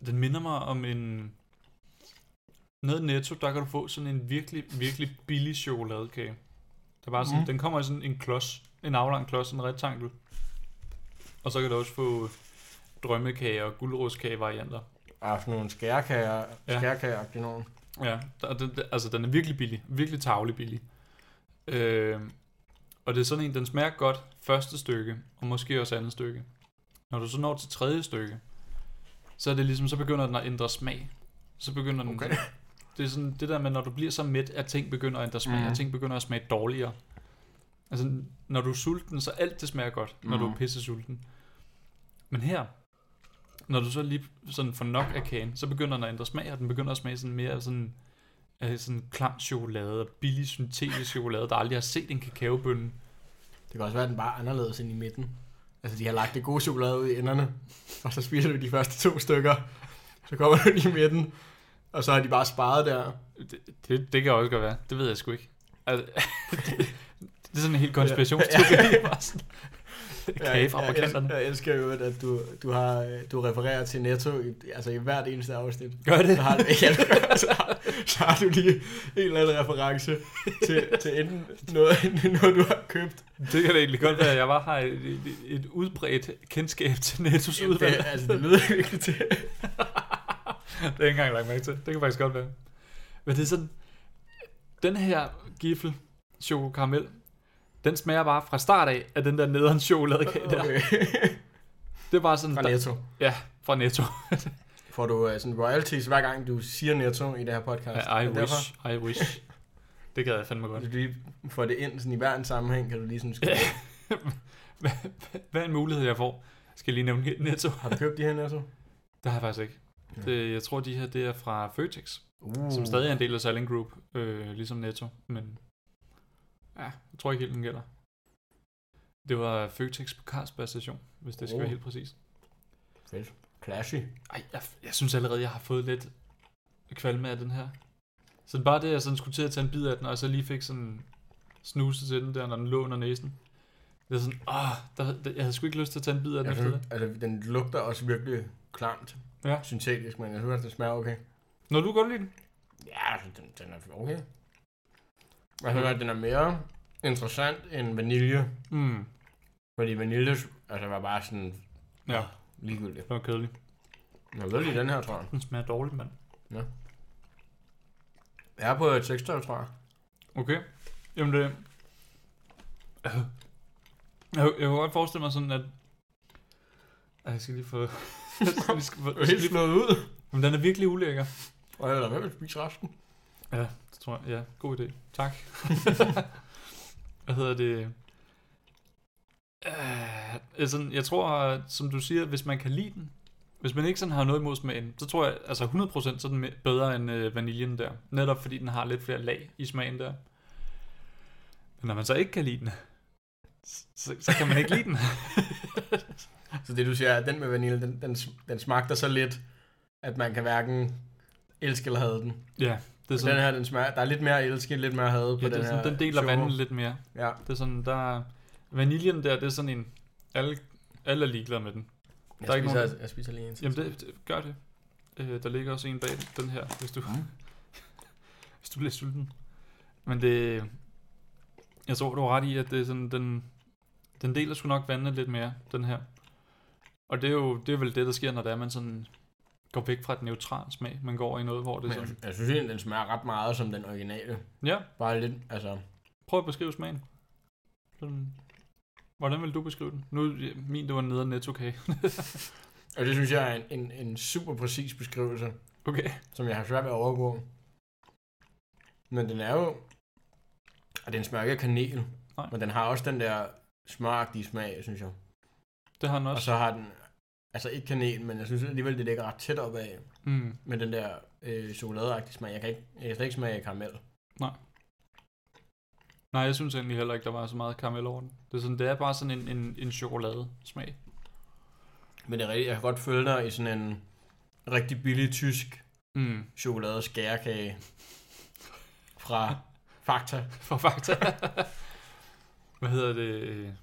A: Den minder mig om en... Nede i Netto, der kan du få sådan en virkelig, virkelig billig chokoladekage. Der bare sådan,
B: Mhm.
A: mm. Den kommer i sådan en klods, en aflang klods, en rektangel. Og så kan du også få drømmekage og guldrodskage varianter.
B: Ej, sådan nogle skærekager,
A: Ja.
B: ja. skærekager nogen.
A: Ja, der, den, den- altså den er virkelig billig. Virkelig tavlig billig. Øh, og det er sådan en, den smager godt første stykke, og måske også andet stykke. Når du så når til tredje stykke, så er det ligesom, så begynder den at ændre smag. Så begynder den...
B: Okay.
A: Det er sådan det der med, når du bliver så mæt, at ting begynder at ændre smag, mm.
B: Mhm.
A: og ting begynder at smage dårligere. Altså, når du er sulten, så alt det smager godt, når du er
B: Mhm.
A: pisse sulten. Men her, når du så lige sådan får nok af kagen, så begynder den at ændre smag, og den begynder at smage sådan mere af sådan, af sådan klam chokolade og billig syntetisk chokolade, der aldrig har set en kakaobønne.
B: Det kan også være, at den bare er anderledes end i midten. Altså, de har lagt det gode chokolade ud i enderne, og så spiser du de første to stykker. Så kommer du lige i midten, og så har de bare sparet der.
A: Det, det, det kan også godt være. Det ved jeg sgu ikke. Altså, [laughs] det, det er sådan en helt konspirationsteori. Ja, ja. Kage fra
B: jeg, jeg,
A: amerikanerne.
B: jeg, elsker jo, at du, du, har, øh, du refererer til Netto i, altså i hvert eneste afsnit.
A: Gør det?
B: Så har, du, ja, [laughs] så, har, så har du lige en eller anden reference til, til enten noget, noget, du har købt.
A: Det kan det egentlig godt være, jeg bare har et, et, et udbredt kendskab til Nettos
B: Jamen,
A: udvalg.
B: det, altså, det lyder virkelig til.
A: Det har jeg ikke engang lagt mærke til. Det kan faktisk godt være. Men det er sådan, den her gifle, choco karamel, den smager bare fra start af af den der nederen chokoladekage okay. Mm. der.
B: Okay.
A: Det er bare sådan,
B: Fra
A: der,
B: Netto.
A: fra Netto.
B: Får du uh, sådan royalties, hver gang du siger Netto i det her podcast.
A: Ja, I
B: Og derfor-
A: wish, I wish. Det gad jeg fandme godt.
B: Hvis du lige får det ind sådan, i hver en sammenhæng, kan du lige
A: [laughs]
B: sådan skrive,
A: Hvad er en mulighed, jeg får? Skal jeg lige nævne Netto?
B: har du købt de her Netto?
A: Det har jeg faktisk ikke.
B: Ja.
A: Det, jeg tror, de her det er fra Føtex.
B: Uh.
A: Som stadig er en del af Salling Group, øh, ligesom Netto, men ja, jeg tror ikke helt, den gælder. Det var Føtex på Carlsberg station, hvis det skal
B: Oh.
A: være helt præcis.
B: Fedt. Clashy.
A: Ej, jeg, jeg synes allerede, jeg har fået lidt kvalme af den her. Så bare det, jeg sådan skulle til at tage en bid af den, og så lige fik sådan snuse til den der, når den lå under næsen. Det er sådan, åh, der, der, jeg havde sgu ikke lyst til at tage en bid af den
B: Jeg
A: efter
B: synes,
A: det.
B: altså, den lugter også virkelig klamt.
A: Ja.
B: Syntetisk, men jeg synes, at den smager okay.
A: Når du godt lide den?
B: Ja, altså, den, den er okay.
A: Mhm.
B: Jeg synes, at den er mere interessant end vanilje.
A: Mm,
B: Fordi vanilje altså, var bare sådan
A: ja,
B: ligegyldigt.
A: det var kedelig.
B: Jeg ved lige den her, tror jeg.
A: Den smager dårligt, mand.
B: Jeg er på et 6 tror jeg.
A: Okay. Jamen det... Øh. Jeg, jeg kunne godt forestille mig sådan, at... Ej, Jeg skal lige få... [laughs] jeg skal, lige, skal, få- [laughs] jeg skal lige,
B: slået ud.
A: men den er virkelig ulækker.
B: Og jeg lader være med at spise resten.
A: Ja, det tror jeg. Ja, god idé.
B: [laughs]
A: Tak. Hvad hedder det? Øh, altså, jeg tror, at, som du siger, hvis man kan lide den, hvis man ikke sådan har noget imod smagen, så tror jeg, altså 100% så er den me- bedre end øh, vaniljen der. Netop fordi den har lidt flere lag i smagen der. Men når man så ikke kan lide den, s- så, så kan man ikke
B: [laughs]
A: lide den.
B: Så det du siger, er, at den med vanilje, den, den, den smagte så lidt, at man kan hverken elske eller hade den.
A: ja, det er
B: Den
A: sådan,
B: her, den smager, der er lidt mere elske, lidt mere hade på
A: ja,
B: den
A: det er sådan
B: her
A: den deler
B: show.
A: vandet lidt mere.
B: Ja,
A: Det er sådan, der er- vaniljen der, det er sådan en, alle, alle er ligeglade med den.
B: jeg,
A: Der er ikke
B: spiser,
A: nogen-
B: jeg spiser lige en til.
A: Jamen, det, det, gør det. Øh, der ligger også en bag den her, hvis du,
B: Mm.
A: [laughs] hvis du bliver sulten. Men det... Jeg tror, du har ret i, at det er sådan, den, den deler sgu nok vandene lidt mere, den her. Og det er jo det er vel det, der sker, når det er, man sådan går væk fra et neutralt smag. Man går over i noget, hvor det
B: Men
A: er sådan...
B: jeg, jeg synes egentlig, den smager ret meget som den originale.
A: Ja,
B: Bare lidt, altså...
A: prøv at beskrive smagen. Sådan, hvordan vil du beskrive den? Nu ja, min, det var nede netto kage.
B: Og det synes jeg er en, en, en super præcis beskrivelse,
A: [laughs] Okay.
B: som jeg har svært ved at overgå. Men den er jo... Og den smager ikke af kanel.
A: Nej.
B: Men den har også den der smøragtige smag, synes jeg.
A: Det har den
B: Og
A: også.
B: så har den... Altså ikke kanel, men jeg synes alligevel, det ligger ret tæt op af
A: Mm.
B: med den der øh, chokoladeagtige smag. Jeg kan, ikke, jeg kan slet ikke smage karamel.
A: Nej, jeg synes egentlig heller ikke, der var så meget karamel over den. Det er, sådan, det er bare sådan en, en, en chokoladesmag.
B: Men det er rigtigt, jeg kan godt følge dig i sådan en rigtig billig tysk
A: Mm.
B: chokolade skærekage fra Fakta.
A: [laughs] For fakta. Hvad hedder det?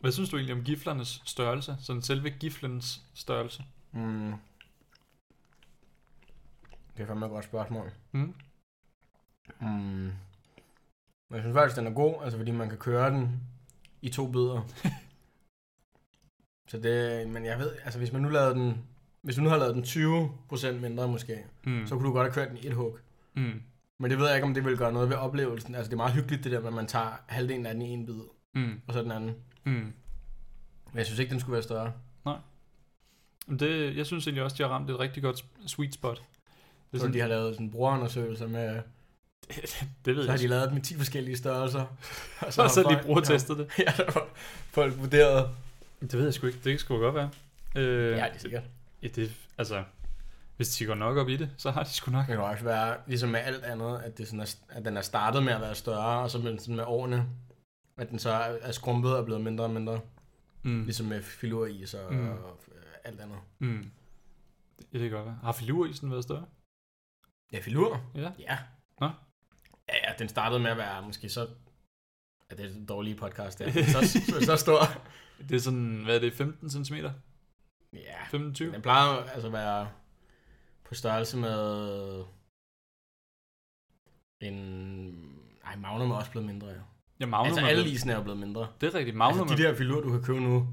A: Hvad synes du egentlig om giflernes størrelse? Sådan selve giflens størrelse.
B: Mm. Det er fandme et godt spørgsmål.
A: Mm.
B: Mm. Men jeg synes faktisk, den er god, altså fordi man kan køre den i to
A: [laughs]
B: bidder. Så det, men jeg ved, altså hvis man nu lavede den, hvis du nu har lavet den 20% mindre måske,
A: Mm.
B: så kunne du godt have kørt den i et hug.
A: Mm.
B: Men det ved jeg ikke, om det vil gøre noget ved oplevelsen. Altså, det er meget hyggeligt, det der med, at man tager halvdelen af den i en bid,
A: Mm.
B: og så den anden.
A: Mm.
B: Men jeg synes ikke, den skulle være større.
A: Men Det, jeg synes egentlig også, de har ramt et rigtig godt s- sweet spot. Det,
B: Så
A: er
B: sådan, de
A: sådan,
B: har lavet sådan brugerundersøgelser med...
A: det ved
B: Så
A: jeg
B: har de
A: ikke. [laughs]
B: lavet dem i 10 forskellige størrelser. Og
A: Så, så
B: har
A: de
B: folk-
A: brugertestet det.
B: Ja, der [laughs] var folk vurderet.
A: Det ved jeg sgu ikke. Det kan sgu godt være. Øh,
B: Ja, det er sikkert.
A: ja, det, altså, hvis de går nok op i det, så har de sgu nok.
B: Det kan jo også være, ligesom med alt andet, at, det sådan er, at den er startet med at være større, og så med, sådan med årene, at den så er er skrumpet og blevet mindre og mindre.
A: Mm.
B: Ligesom med filuris og,
A: Mm.
B: mm. og øh, alt andet.
A: Mm. Det, det kan godt være. Har filurisen været større?
B: Ja, filur.
A: Ja.
B: Ja.
A: Nå.
B: Ja, ja, den startede med at være måske så... Ja, det er en dårlig
A: [laughs]
B: podcast, der. Så, så, så stor.
A: Det er sådan, hvad er det, 15 cm?
B: Ja,
A: 25?
B: den plejer jo altså at være på størrelse med en... Ej, Magnum er også blevet mindre, jo.
A: Ja, Magnum
B: altså,
A: er
B: alle
A: blevet-
B: isen er jo blevet mindre.
A: Det er rigtigt, Magnum
B: altså,
A: altså,
B: de der filurer, du kan købe nu,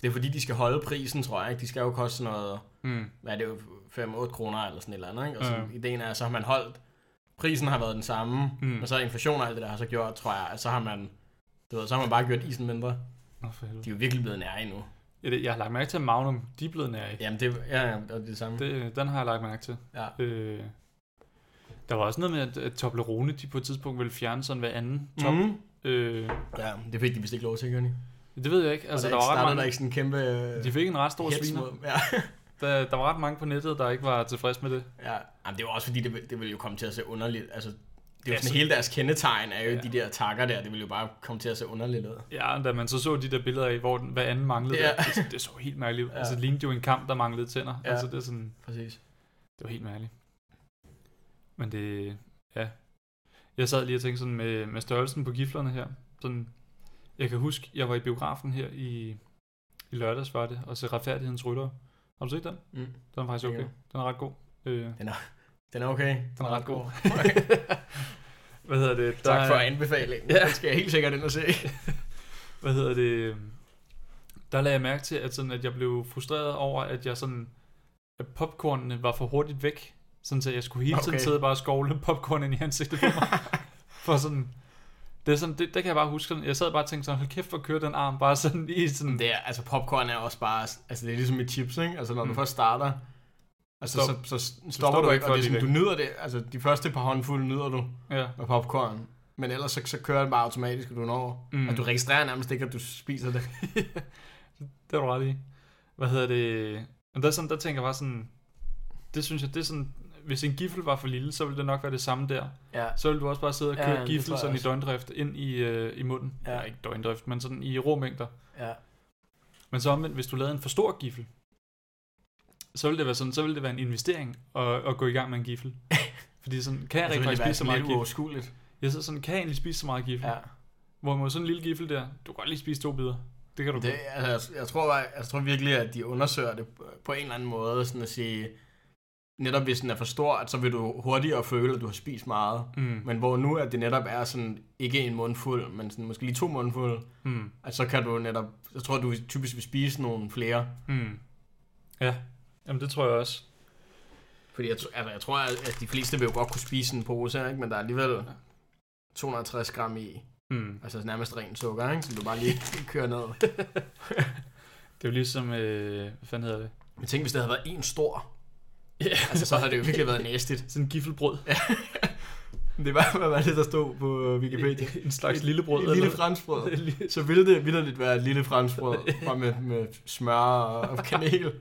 B: det er fordi, de skal holde prisen, tror jeg. Ikke? De skal jo koste sådan noget,
A: mm.
B: hvad er det jo, 5-8 kroner eller sådan et eller andet. Ikke? Og så,
A: Ja.
B: ideen er, så har man holdt, prisen har været den samme,
A: Mm.
B: mm. og så er inflation og alt det der har så gjort, tror jeg, at så har man, du ved, så har man bare gjort isen mindre.
A: Nå, for helvede.
B: De er jo virkelig blevet nære nu.
A: Ja, det- Jeg har lagt mærke til, at Magnum, de er blevet nær i. Ja.
B: Jamen, det, ja, ja, det er det samme. Det.
A: Det, den har jeg lagt mærke til.
B: Ja.
A: Øh, der var også noget med, at, at Toblerone, de på et tidspunkt ville fjerne sådan hver anden top. Mm.
B: Mm.
A: Øh,
B: Ja, det fik de vist ikke lov til, Jørgen.
A: det ved jeg ikke. Altså,
B: Altså,
A: der, var
B: der, ikke,
A: ret
B: startede
A: mange,
B: der ikke sådan en kæmpe øh,
A: de fik en ret stor
B: hets
A: sviner.
B: mod-
A: [laughs]
B: Ja,
A: Der, der var ret mange på nettet, der ikke var tilfredse med det.
B: ja. Jamen, det var også fordi, det, vil- det ville jo komme til at se underligt. Altså, Det er jo
A: Ja,
B: sådan,
A: så-
B: hele deres kendetegn er jo
A: Ja.
B: de der takker der. Det ville jo bare komme til at se underligt ud.
A: Ja, da man så så de der billeder af, hvor den, hvad anden manglede,
B: Ja.
A: ja. det, det, så helt mærkeligt ud.
B: Ja.
A: Ja. Altså, det lignede jo en kamp, der manglede tænder.
B: Ja.
A: Ja. Altså, det er sådan,
B: [laughs] Præcis.
A: det var helt mærkeligt. Men det, ja. Jeg sad lige og tænkte sådan med, med størrelsen på giflerne her. Sådan, jeg kan huske, jeg var i biografen her i, i lørdags, var det, og så Retfærdighedens Ryttere. Har du set den?
B: Mm.
A: Den er faktisk okay.
B: Ja.
A: Den er ret god. Øh, den
B: Den er okay.
A: er ret god.
B: Okay.
A: [laughs] Hvad hedder det? Der
B: Tak for
A: er-
B: anbefalingen.
A: Ja.
B: Den skal jeg helt sikkert ind og se.
A: hvad hedder det, der lagde jeg mærke til, at, sådan, at jeg blev frustreret over, at jeg sådan, at popcornene var for hurtigt væk, sådan så jeg skulle hele tiden
B: Okay.
A: sidde bare og skovle [laughs] popcorn ind i ansigtet på
B: [laughs]
A: mig. for sådan, det er sådan, det, det kan jeg bare huske, sådan, jeg sad bare og tænkte sådan, hold kæft for at køre den arm, bare sådan lige sådan,
B: Det er, altså popcorn er også bare, altså det er ligesom med chips, ikke? Altså når mm. du
A: Mm.
B: først starter, altså
A: Stop.
B: så, så stopper,
A: stopper
B: stopper du
A: du
B: ikke,
A: ikke
B: og det er
A: før
B: sådan, du nyder det, altså de første par håndfulde nyder du
A: ja,
B: med popcorn, men ellers så, så kører den bare automatisk, og du når, mm.
A: Mm. [laughs]
B: og du registrerer nærmest ikke, at du spiser det.
A: det var du ret i. Hvad hedder det, men der, er sådan, der tænker jeg bare sådan, det synes jeg, det er sådan, hvis en giffel var for lille, så ville det nok være det samme der.
B: Ja.
A: så vil du også bare sidde og
B: Ja,
A: køre ja,
B: ja, det tror
A: gifle
B: jeg
A: sådan i
B: også.
A: døgndrift ind i, øh, i munden.
B: Ja.
A: Ja. Eller ikke døgndrift, men sådan i rå mængder.
B: ja.
A: Men så omvendt, hvis du lavede en for stor gifle, så ville det være sådan, så ville det være en investering at, at gå i gang med en
B: [laughs]
A: gifle. Fordi sådan, kan jeg
B: Altså,
A: rigtig faktisk
B: det være
A: spise så
B: sådan
A: meget Mm.
B: lidt
A: gifle?
B: uoverskueligt.
A: Jeg sidder sådan, kan jeg egentlig spise så meget gifle? Ja.
B: Ja.
A: Hvor sådan en lille gifle der, du kan godt lige spise to bidder. Det kan du
B: Det,
A: godt.
B: altså, jeg, jeg, tror, bare, jeg tror virkelig, at de undersøger det på en eller anden måde, sådan at sige, netop hvis den er for stor, at så vil du hurtigere føle, at du har spist meget.
A: Mm,
B: Men hvor nu, at det netop er sådan, ikke en mundfuld, men sådan, måske lige to mundfulde,
A: mm,
B: at så kan du netop, jeg tror, du typisk vil spise nogle flere.
A: mm. Ja, jamen det tror jeg også.
B: Fordi jeg, tr- altså, jeg tror, at at de fleste vil jo godt kunne spise en pose, ikke? men der er alligevel 250 gram i,
A: Mm.
B: altså nærmest ren sukker, ikke? som du bare lige [laughs] kører ned.
A: Det er jo ligesom, øh, hvad fanden hedder det?
B: Men tænk, hvis det havde været en stor,
A: Ja,
B: [laughs] altså, så havde det jo virkelig været næstigt.
A: sådan en giflebrød.
B: Det var, hvad var det, der stod på øh, Wikipedia?
A: en slags lillebrød.
B: Et lille franskbrød.
A: lille
B: Så ville det vildt være et lille franskbrød, bare med, med smør og og kanel.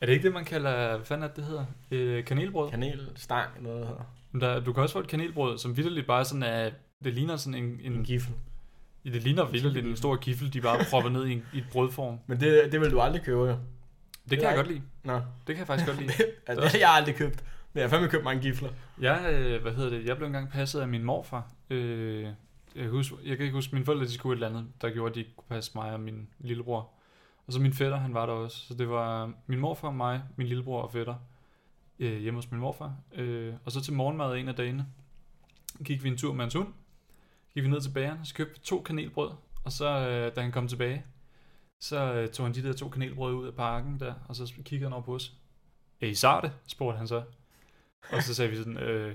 A: Er det ikke det, man kalder, hvad fanden er det, det hedder? Øh, kanelbrød?
B: Kanel, stang, noget her.
A: Men Der, du kan også få et kanelbrød, som vitterligt bare sådan er, det ligner sådan en, en
B: giffel.
A: det ligner vitterligt en stor kiffel, de bare propper ned i, en, i et brødform.
B: Men det, det vil du aldrig købe, jo.
A: Det kan
B: Ja.
A: jeg godt lide.
B: Nå.
A: Det kan jeg faktisk godt lide.
B: Altså, det har jeg aldrig købt. Men jeg har fandme købt mange gifler.
A: Jeg, øh, hvad hedder det, jeg blev engang passet af min morfar. Øh, jeg, husker, jeg kan ikke huske, mine forældre de skulle et eller andet, der gjorde, at de ikke kunne passe mig og min lillebror. Og så min fætter, han var der også. Så det var min morfar, mig, min lillebror og fætter øh, hjemme hos min morfar. Øh, og så til morgenmad en af dagene gik vi en tur med hans hund. Gik vi ned til bageren, så købte vi to kanelbrød. Og så, øh, da han kom tilbage, så øh, tog han de der to kanelbrød ud af pakken der, og så kiggede han over på os. Er I sarte? spurgte han så. Og så sagde vi sådan, øh, øh,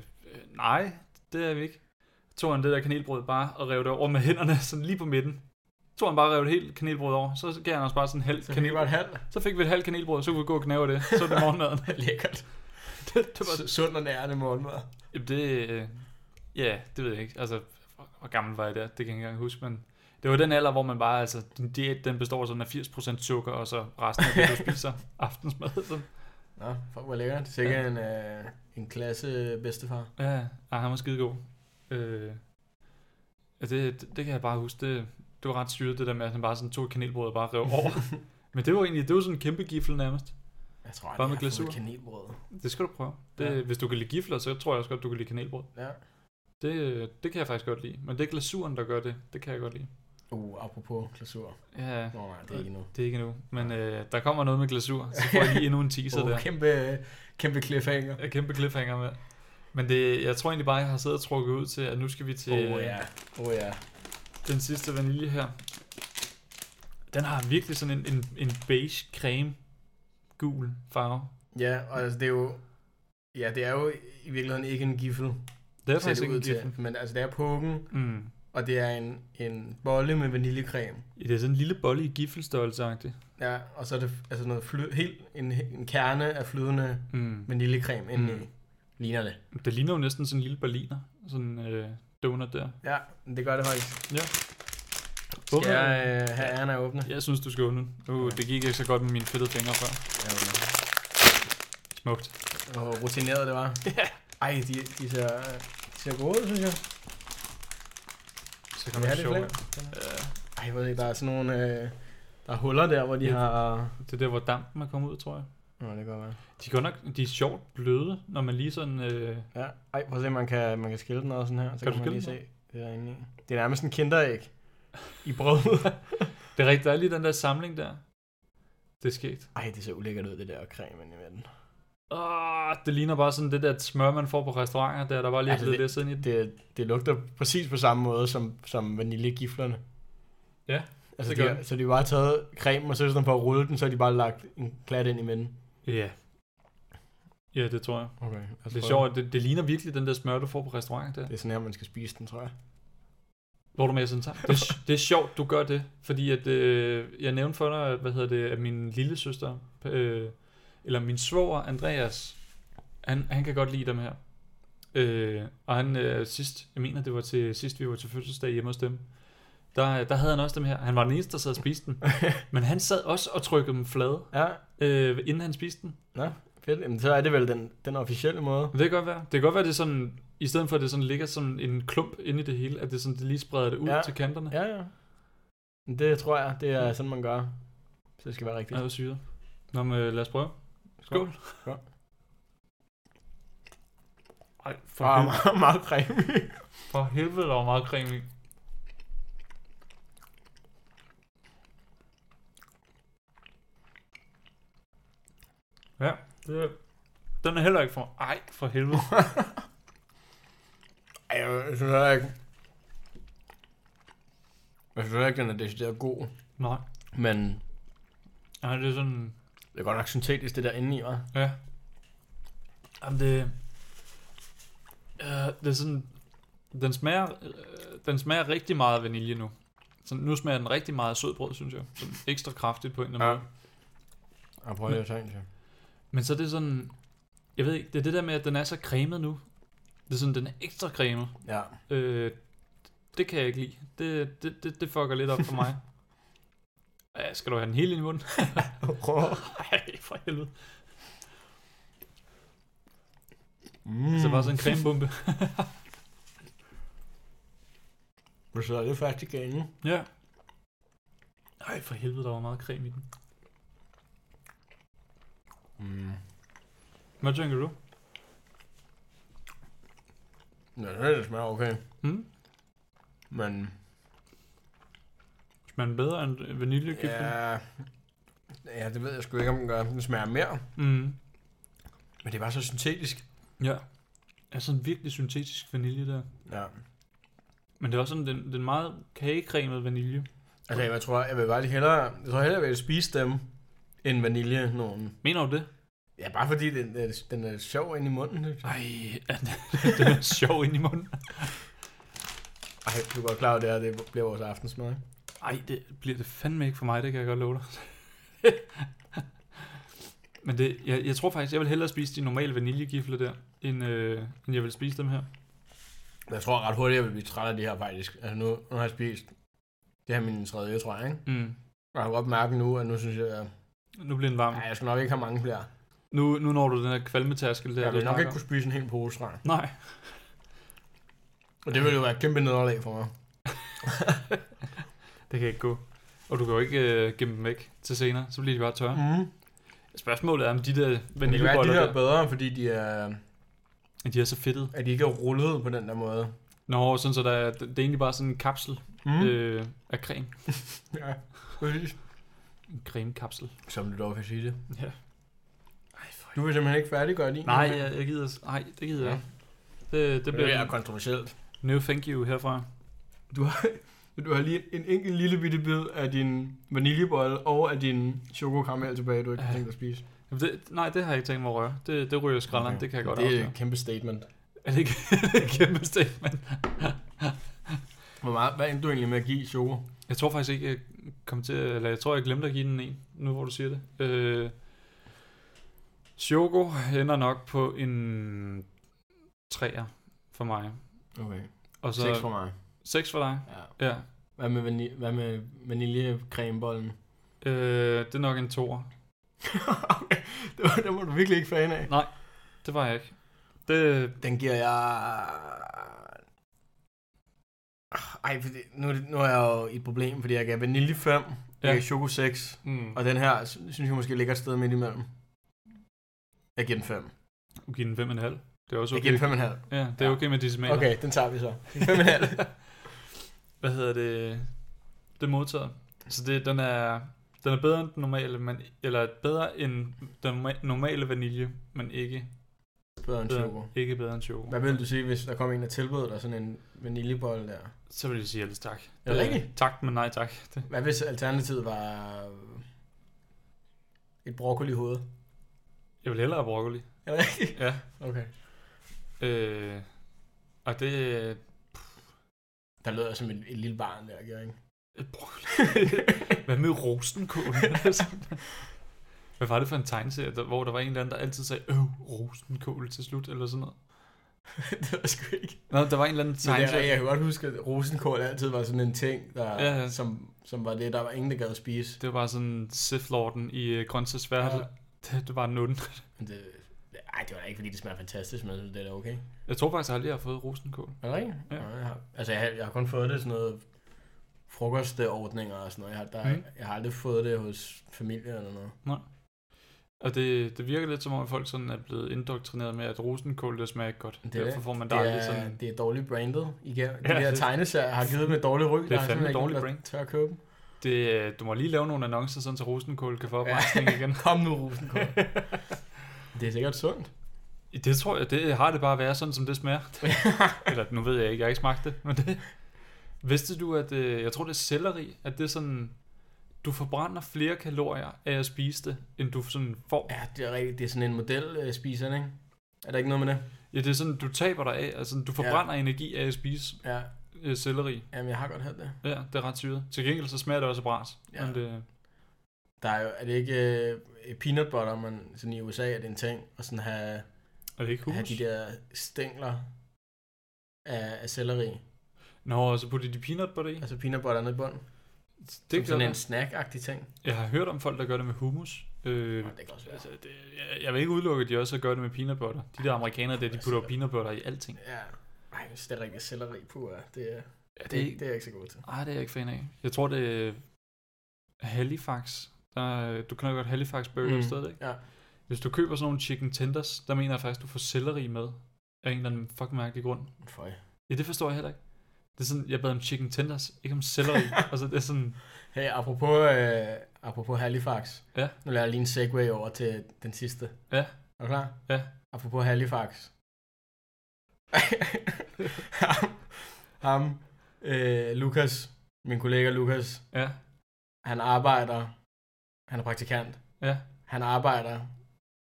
A: nej, det er vi ikke. Tog han det der kanelbrød bare og rev det over med hænderne, sådan lige på midten. Tog han bare og rev det helt kanelbrød over, så gav han os bare sådan en halv
B: Så kan det
A: kanelbrød.
B: bare et halvt.
A: Så fik vi et halvt kanelbrød, så kunne vi gå og knave af det. Så var det morgenmaden.
B: [laughs] Lækkert.
A: det, det var...
B: S- Sund og nærende morgenmad.
A: Jamen, det... øh, Ja, det ved jeg ikke. Altså, hvor- hvor gammel var jeg der? Det kan jeg ikke engang huske, men... Det var den alder, hvor man bare, altså, din diæt, den består sådan af 80% sukker, og så resten af [laughs] det, du spiser aftensmad. Så.
B: Nå, fuck, hvor lækkert. Det er sikkert en, øh, en klasse bedstefar.
A: Ja, ah, han var skidegod. Øh, ja, det, det, det, kan jeg bare huske. Det, det var ret syret, det der med, at han bare sådan tog et kanelbrød og bare rev over. [laughs] men det var egentlig, det var sådan en kæmpe gifle nærmest.
B: Jeg tror,
A: Bare
B: aldrig,
A: med
B: jeg har fået
A: glasur.
B: kanelbrød.
A: Det skal du prøve. Det,
B: Ja.
A: Hvis du kan lide gifler, så tror jeg også godt, du kan lide kanelbrød.
B: Ja.
A: Det, øh, det kan jeg faktisk godt lide. Men det er glasuren, der gør det. Det kan jeg godt lide.
B: Uh, apropos glasur.
A: Ja,
B: Nå, nej, det er ikke nu.
A: det er ikke nu. Men øh, der kommer noget med glasur, så får jeg lige endnu en
B: [laughs]
A: teaser
B: Oh,
A: der.
B: kæmpe, kæmpe cliffhanger.
A: Jeg kæmpe cliffhanger med. Men det, jeg tror egentlig bare, jeg har siddet og trukket ud til, at nu skal vi til
B: Åh
A: øh,
B: ja, åh ja.
A: den sidste vanilje her. Den har virkelig sådan en, en, en beige creme gul farve.
B: Ja, og altså, det er jo... Ja, det er jo i virkeligheden ikke en giffel.
A: Det er
B: ser
A: faktisk ikke en
B: ud til.
A: gifle.
B: Men altså, det er pukken,
A: Mm.
B: og det er en, en bolle med vaniljekrem.
A: Det er sådan en lille bolle i giffelstørrelse
B: Ja, og så er det altså noget fly, helt en, en kerne af flydende
A: mm.
B: vaniljekrem indeni. Mm.
A: Mm.
B: Ligner det.
A: Det ligner jo næsten sådan en lille berliner. Sådan øh, donut der.
B: Ja, det gør det faktisk. Skal
A: Åbner
B: jeg
A: du?
B: øh, have æren af at åbne?
A: Jeg synes, du skal åbne. den. Uh, det gik ikke så godt med mine fedtede fingre før.
B: Jeg åbner.
A: Smukt.
B: Hvor rutineret det var.
A: [laughs] Ja.
B: Ej, de, de ser... øh, ser god ud, synes jeg.
A: Så kan
B: Ja,
A: man
B: det er
A: sjovt.
B: flot.
A: Øh,
B: Ej, jeg ved ikke, der er sådan nogle... Øh, der er huller der, hvor de
A: Ja.
B: har...
A: det er der, hvor dampen er kommet ud, tror jeg.
B: Nå, det kan godt være.
A: De, går nok, de er sjovt bløde, når man lige sådan... Øh,
B: Ja, ej, prøv at se, man kan, man kan skille den også sådan her. Så
A: Kan
B: kan,
A: du
B: man lige
A: skille
B: se det der inde i. Det er nærmest en kinderæg i
A: [laughs]
B: brødet.
A: det er rigtigt, der er lige den der samling der. Det er sket.
B: ej, det ser ulækkert ud, det der creme inde i midten.
A: Åh, det ligner bare sådan det der smør, man får på restauranter, der, der bare lige er
B: Altså,
A: blevet
B: det-
A: lidt siden i den.
B: Det, det lugter præcis på samme måde som, som vaniljegiflerne.
A: Ja,
B: Altså,
A: det
B: de
A: gør
B: har,
A: det.
B: så de har bare taget cremen, og så i stedet for at rulle den, så har de bare lagt en klat ind i midten.
A: Ja. Ja, det tror jeg.
B: Okay.
A: Altså, det er sjovt, det, det ligner virkelig den der smør, du får på restauranten der.
B: Det er sådan her, man skal spise den, tror jeg.
A: Hvor er du med sådan sammen? [laughs] Det, er- det er sjovt, du gør det, fordi at, øh, jeg nævnte for dig, at, hvad hedder det, at min lille søster, øh, eller min svoger Andreas, han, han kan godt lide dem her. Øh, og han øh, sidst, jeg mener det var til sidst, vi var til fødselsdag hjemme hos dem, der, der havde han også dem her. Han var den eneste, der sad og spiste dem. Men han sad også og trykkede dem flade,
B: Ja,
A: øh, inden han spiste dem.
B: fedt. Jamen, så er det vel den, den officielle måde.
A: Det kan godt være. Det kan godt være, det er sådan, i stedet for at det sådan ligger sådan en klump inde i det hele, at det sådan, det lige spreder det ud ja.
B: Ja.
A: til kanterne.
B: Ja, ja. Men Det tror jeg, det er sådan, man gør. Så det skal være rigtigt.
A: Ja, det er syret. Nå, men øh, lad os prøve. Skål.
B: Skål.
A: Ej, for,
B: For ah,
A: helvede,
B: meget, meget creme.
A: for helvede, der var meget creme i. Ja, det, den er heller ikke for... Ej, for helvede.
B: Ej, jeg synes heller ikke... Jeg synes heller ikke, den er decideret god.
A: Nej,
B: Men
A: nej det er sådan...
B: det er godt nok syntetisk, det der inde i, hva'?
A: Ja. Jamen det... Øh, det er sådan... Den smager, øh, den smager rigtig meget af vanilje nu. Så nu smager den rigtig meget af sødbrød, synes jeg. Sådan ekstra kraftigt på en eller anden ja. måde.
B: Jeg prøver lige at tage en til.
A: Men så er det sådan... Jeg ved ikke, det er det der med, at den er så cremet nu. Det er sådan, den er ekstra cremet.
B: Ja.
A: Øh, det kan jeg ikke lide. Det, det, det, det fucker lidt op for mig. Ja, skal du have den hele ind i munden? [laughs] Ej, for helvede.
B: Mm.
A: Så Altså, bare sådan en cremebombe.
B: Men så er det faktisk inde.
A: Ja. Ej, for helvede, der var meget creme i den.
B: Mm.
A: Hvad tænker du?
B: Ja, det, er- det smager okay.
A: Hmm?
B: Men
A: Smager den bedre end vaniljegiften?
B: ja, ja, det ved jeg sgu ikke, om den gør. Den smager mere.
A: Mm.
B: Men det er bare så syntetisk.
A: Ja. Er sådan virkelig syntetisk vanilje der.
B: Ja.
A: Men det er også sådan den, den meget kagecremede vanilje.
B: Altså, jeg tror, jeg vil bare lige hellere... Jeg tror hellere, jeg vil spise dem, end vanilje nogen.
A: Mener du det?
B: Ja, bare fordi den, er- den er sjov ind i munden. synes jeg.
A: Ej, [laughs] er den, den [laughs] er sjov ind i munden.
B: Ej, du er godt klar over det her, det bliver vores aftensmad. ikke?
A: Ej, det bliver det fandme ikke for mig, det kan jeg godt love dig. [laughs] Men det, jeg, jeg tror faktisk, jeg vil hellere spise de normale vaniljegifler der, end, øh, end jeg vil spise dem her.
B: Men Jeg tror ret hurtigt, jeg vil blive træt af det her faktisk. Altså nu, nu har jeg spist... Det her er min tredje, tror jeg, ikke?
A: Mm.
B: Og jeg kan godt mærke nu, at nu synes jeg...
A: Nu bliver den varm.
B: Nej, jeg skal nok ikke have mange flere.
A: Nu, nu når du den her kvalmetaskel der.
B: Jeg
A: du
B: vil nok
A: snakker
B: ikke
A: om.
B: kunne spise en hel pose, tror jeg.
A: Nej.
B: Og det ville jo være et kæmpe nederlag for mig.
A: Det kan ikke gå. Og du kan jo ikke øh, gemme dem væk til senere, så bliver de bare tørre. Mm.
B: Mm.
A: Spørgsmålet er, om de der
B: Men det kan være, at
A: vaniljeboller
B: de her
A: de,
B: er bedre, fordi de er,
A: der, de er så fedtede.
B: at de ikke er rullet på den der måde.
A: Nå, sådan så der, er- det er egentlig bare sådan en kapsel mm.
B: Mm.
A: øh, af creme.
B: Ja, præcis.
A: En cremekapsel.
B: Som du dog kan sige det.
A: Ja.
B: Du vil simpelthen ikke færdiggøre din.
A: Nej, jeg, jeg gider, nej, det gider jeg
B: Ja.
A: ikke. Det, det
B: det bliver
A: bliver
B: det er kontroversielt.
A: no thank you herfra.
B: Du har, du har lige en enkelt lille bitte bid af din vaniljebolle og af din chokokaramel tilbage, du ikke har
A: Ja.
B: tænkt dig at spise.
A: Jamen, Det, nej, det har jeg ikke tænkt mig at røre. Det, det ryger skralderen, okay. det kan jeg godt
B: Det er
A: afsløre.
B: et kæmpe statement.
A: Er det ikke [laughs] et kæmpe statement?
B: Hvor meget, hvad endte du egentlig med at give choko?
A: Jeg tror faktisk ikke, jeg kom til at, eller jeg tror, jeg glemte at give den en, nu hvor du siger det. Øh, Shogo ender nok på en træer for mig.
B: Okay.
A: Og så
B: Seks for mig.
A: 6 for dig.
B: Ja.
A: Ja.
B: Hvad med, vanil- hvad med [laughs] vaniljecremebollen?
A: Øh, det er nok en toer.
B: okay. Det var, det var du virkelig ikke fan af.
A: Det var jeg ikke. Det,
B: Den giver jeg... Ej, fordi nu, nu er jeg jo i et problem, fordi jeg gav vanilje 5, ja. jeg gav choco 6,
A: mm,
B: og den her, sy- synes jeg måske ligger et sted midt imellem. Jeg giver den 5.
A: du giver den 5,5. Det er også
B: Jeg
A: okay.
B: giver den 5,5.
A: Ja, det er okay med decimaler.
B: Okay, den tager vi så.
A: [laughs]
B: 5,5.
A: 5,5. [laughs] Hvad hedder det? Det er modtaget. Så det, den er... Den er bedre end den normale, men, eller bedre end den norma- normale vanilje, men ikke
B: Bedre end choco.
A: bedre, ikke bedre end choco.
B: Hvad vil du sige, hvis der kom en, der tilbød dig sådan en vaniljebolle der?
A: Så vil jeg sige ellers tak.
B: Er det
A: Øh,
B: rigtigt?
A: Tak, men nej tak. Det.
B: Hvad hvis alternativet var øh, et broccoli hoved?
A: Jeg vil hellere have broccoli.
B: Er det rigtigt?
A: Ja.
B: Okay.
A: Øh, og det...
B: Der lød jeg som et, et lille barn der, gjorde jeg ikke?
A: øh, Broccoli.
B: [laughs]
A: Hvad med rosenkål? Hvad var det for en tegneserie, der, hvor der var en eller anden, der altid sagde, øh, rosenkål til slut, eller sådan noget?
B: [laughs] det ved jeg sgu ikke.
A: Nå, der var en eller anden
B: Men det, er-
A: tegneserie.
B: jeg kan godt huske, at rosenkål altid var sådan en ting, der,
A: Ja,
B: ja,
A: ja.
B: ja. Som, som var det, der var ingen, der gad at spise.
A: Det var bare sådan Sith Lorden i uh, Grøntsagsværdet. Ja. [laughs] Det, det var en onde.
B: Men det, ej, det var da ikke, fordi det smager fantastisk, men jeg synes, det er da okay.
A: Jeg tror faktisk aldrig, jeg har fået rosenkål.
B: Er det rigtigt?
A: Ja.
B: Ja. Jeg har, altså, jeg, har- jeg har kun fået det sådan noget frokostordninger og sådan noget. Jeg har, der,
A: Mhm.
B: mm. jeg har aldrig fået det hos familie eller noget.
A: Og det, det virker lidt som om, at folk sådan er blevet indoktrineret med, at rosenkål, det smager ikke godt.
B: Det
A: Det
B: er
A: Derfor
B: det.
A: får man
B: Men
A: det
B: der det,
A: aldrig
B: er,
A: sådan...
B: sådan... det er dårligt brandet. I kan, de
A: Ja,
B: der
A: det-
B: tegneserier har givet dem et dårligt ryg.
A: Det er fandme dårligt
B: brand. Tør at købe dem.
A: Det, øh, du må lige lave nogle annoncer, sådan, så rosenkål kan få opmærksomhed igen.
B: [laughs] Kom nu,
A: [laughs]
B: Rosenkål. det er sikkert sundt.
A: Det tror jeg, det har det bare at være sådan, som det
B: [laughs]
A: smager. Eller nu ved jeg ikke, jeg har ikke smagt det, men det... Vidste du, at øh, jeg tror, det er selleri, at det er sådan... Du forbrænder flere kalorier af at spise det, end du sådan får.
B: ja, det er rigtigt. Det er sådan en model øh, spiser, ikke? Er der ikke noget med det?
A: Ja, det er sådan, du taber dig af. Altså, du forbrænder ja. energi af at spise
B: Ja,
A: øh, selleri.
B: jamen, jeg har godt hørt det.
A: Ja, det er ret syret. Til gengæld så smager det også af bras. Ja.
B: Ja.
A: Men det,
B: Der er jo, er det ikke øh, peanut butter, man sådan i USA er det en ting, og sådan have,
A: er det ikke hus?
B: have de der stængler af, af selleri.
A: Nå, og så putter de peanut butter i. Det,
B: Altså peanut butter nede i bunden.
A: det
B: Det
A: er
B: er sådan en
A: klart.
B: snack-agtig ting.
A: Jeg har hørt om folk, der gør det med hummus. Øh,
B: Nå, det kan også være.
A: altså, det, jeg, jeg vil ikke udelukke, at de også gør det med peanut butter. De der amerikanere, der, de putter jo peanut butter i alting.
B: Ja. Ej, jeg synes, det er rigtig selleri på, ja. det er...
A: Ja,
B: Det, det, det er jeg ikke så god til.
A: Ej, det er jeg ikke fan af. Jeg tror, det er Halifax. Der, øh, du kender godt Halifax Burger mm.
B: Mm.
A: stadig, ikke?
B: Ja.
A: Hvis du køber sådan nogle chicken tenders, der mener jeg faktisk, du får selleri med. Af en eller anden fucking mærkelig grund.
B: Føj.
A: Ja, det forstår jeg heller ikke. Det er sådan, jeg bad om chicken tenders, ikke om
B: [laughs]
A: selleri. altså, det er sådan...
B: Hey, apropos, øh, apropos Halifax.
A: Ja.
B: Nu laver jeg lige en segue over til den sidste.
A: Ja.
B: Er du klar?
A: Ja.
B: Apropos
A: [laughs]
B: Halifax. ham, ham øh, Lukas, min kollega Lukas,
A: Ja,
B: han arbejder, han er praktikant.
A: Ja.
B: Han arbejder,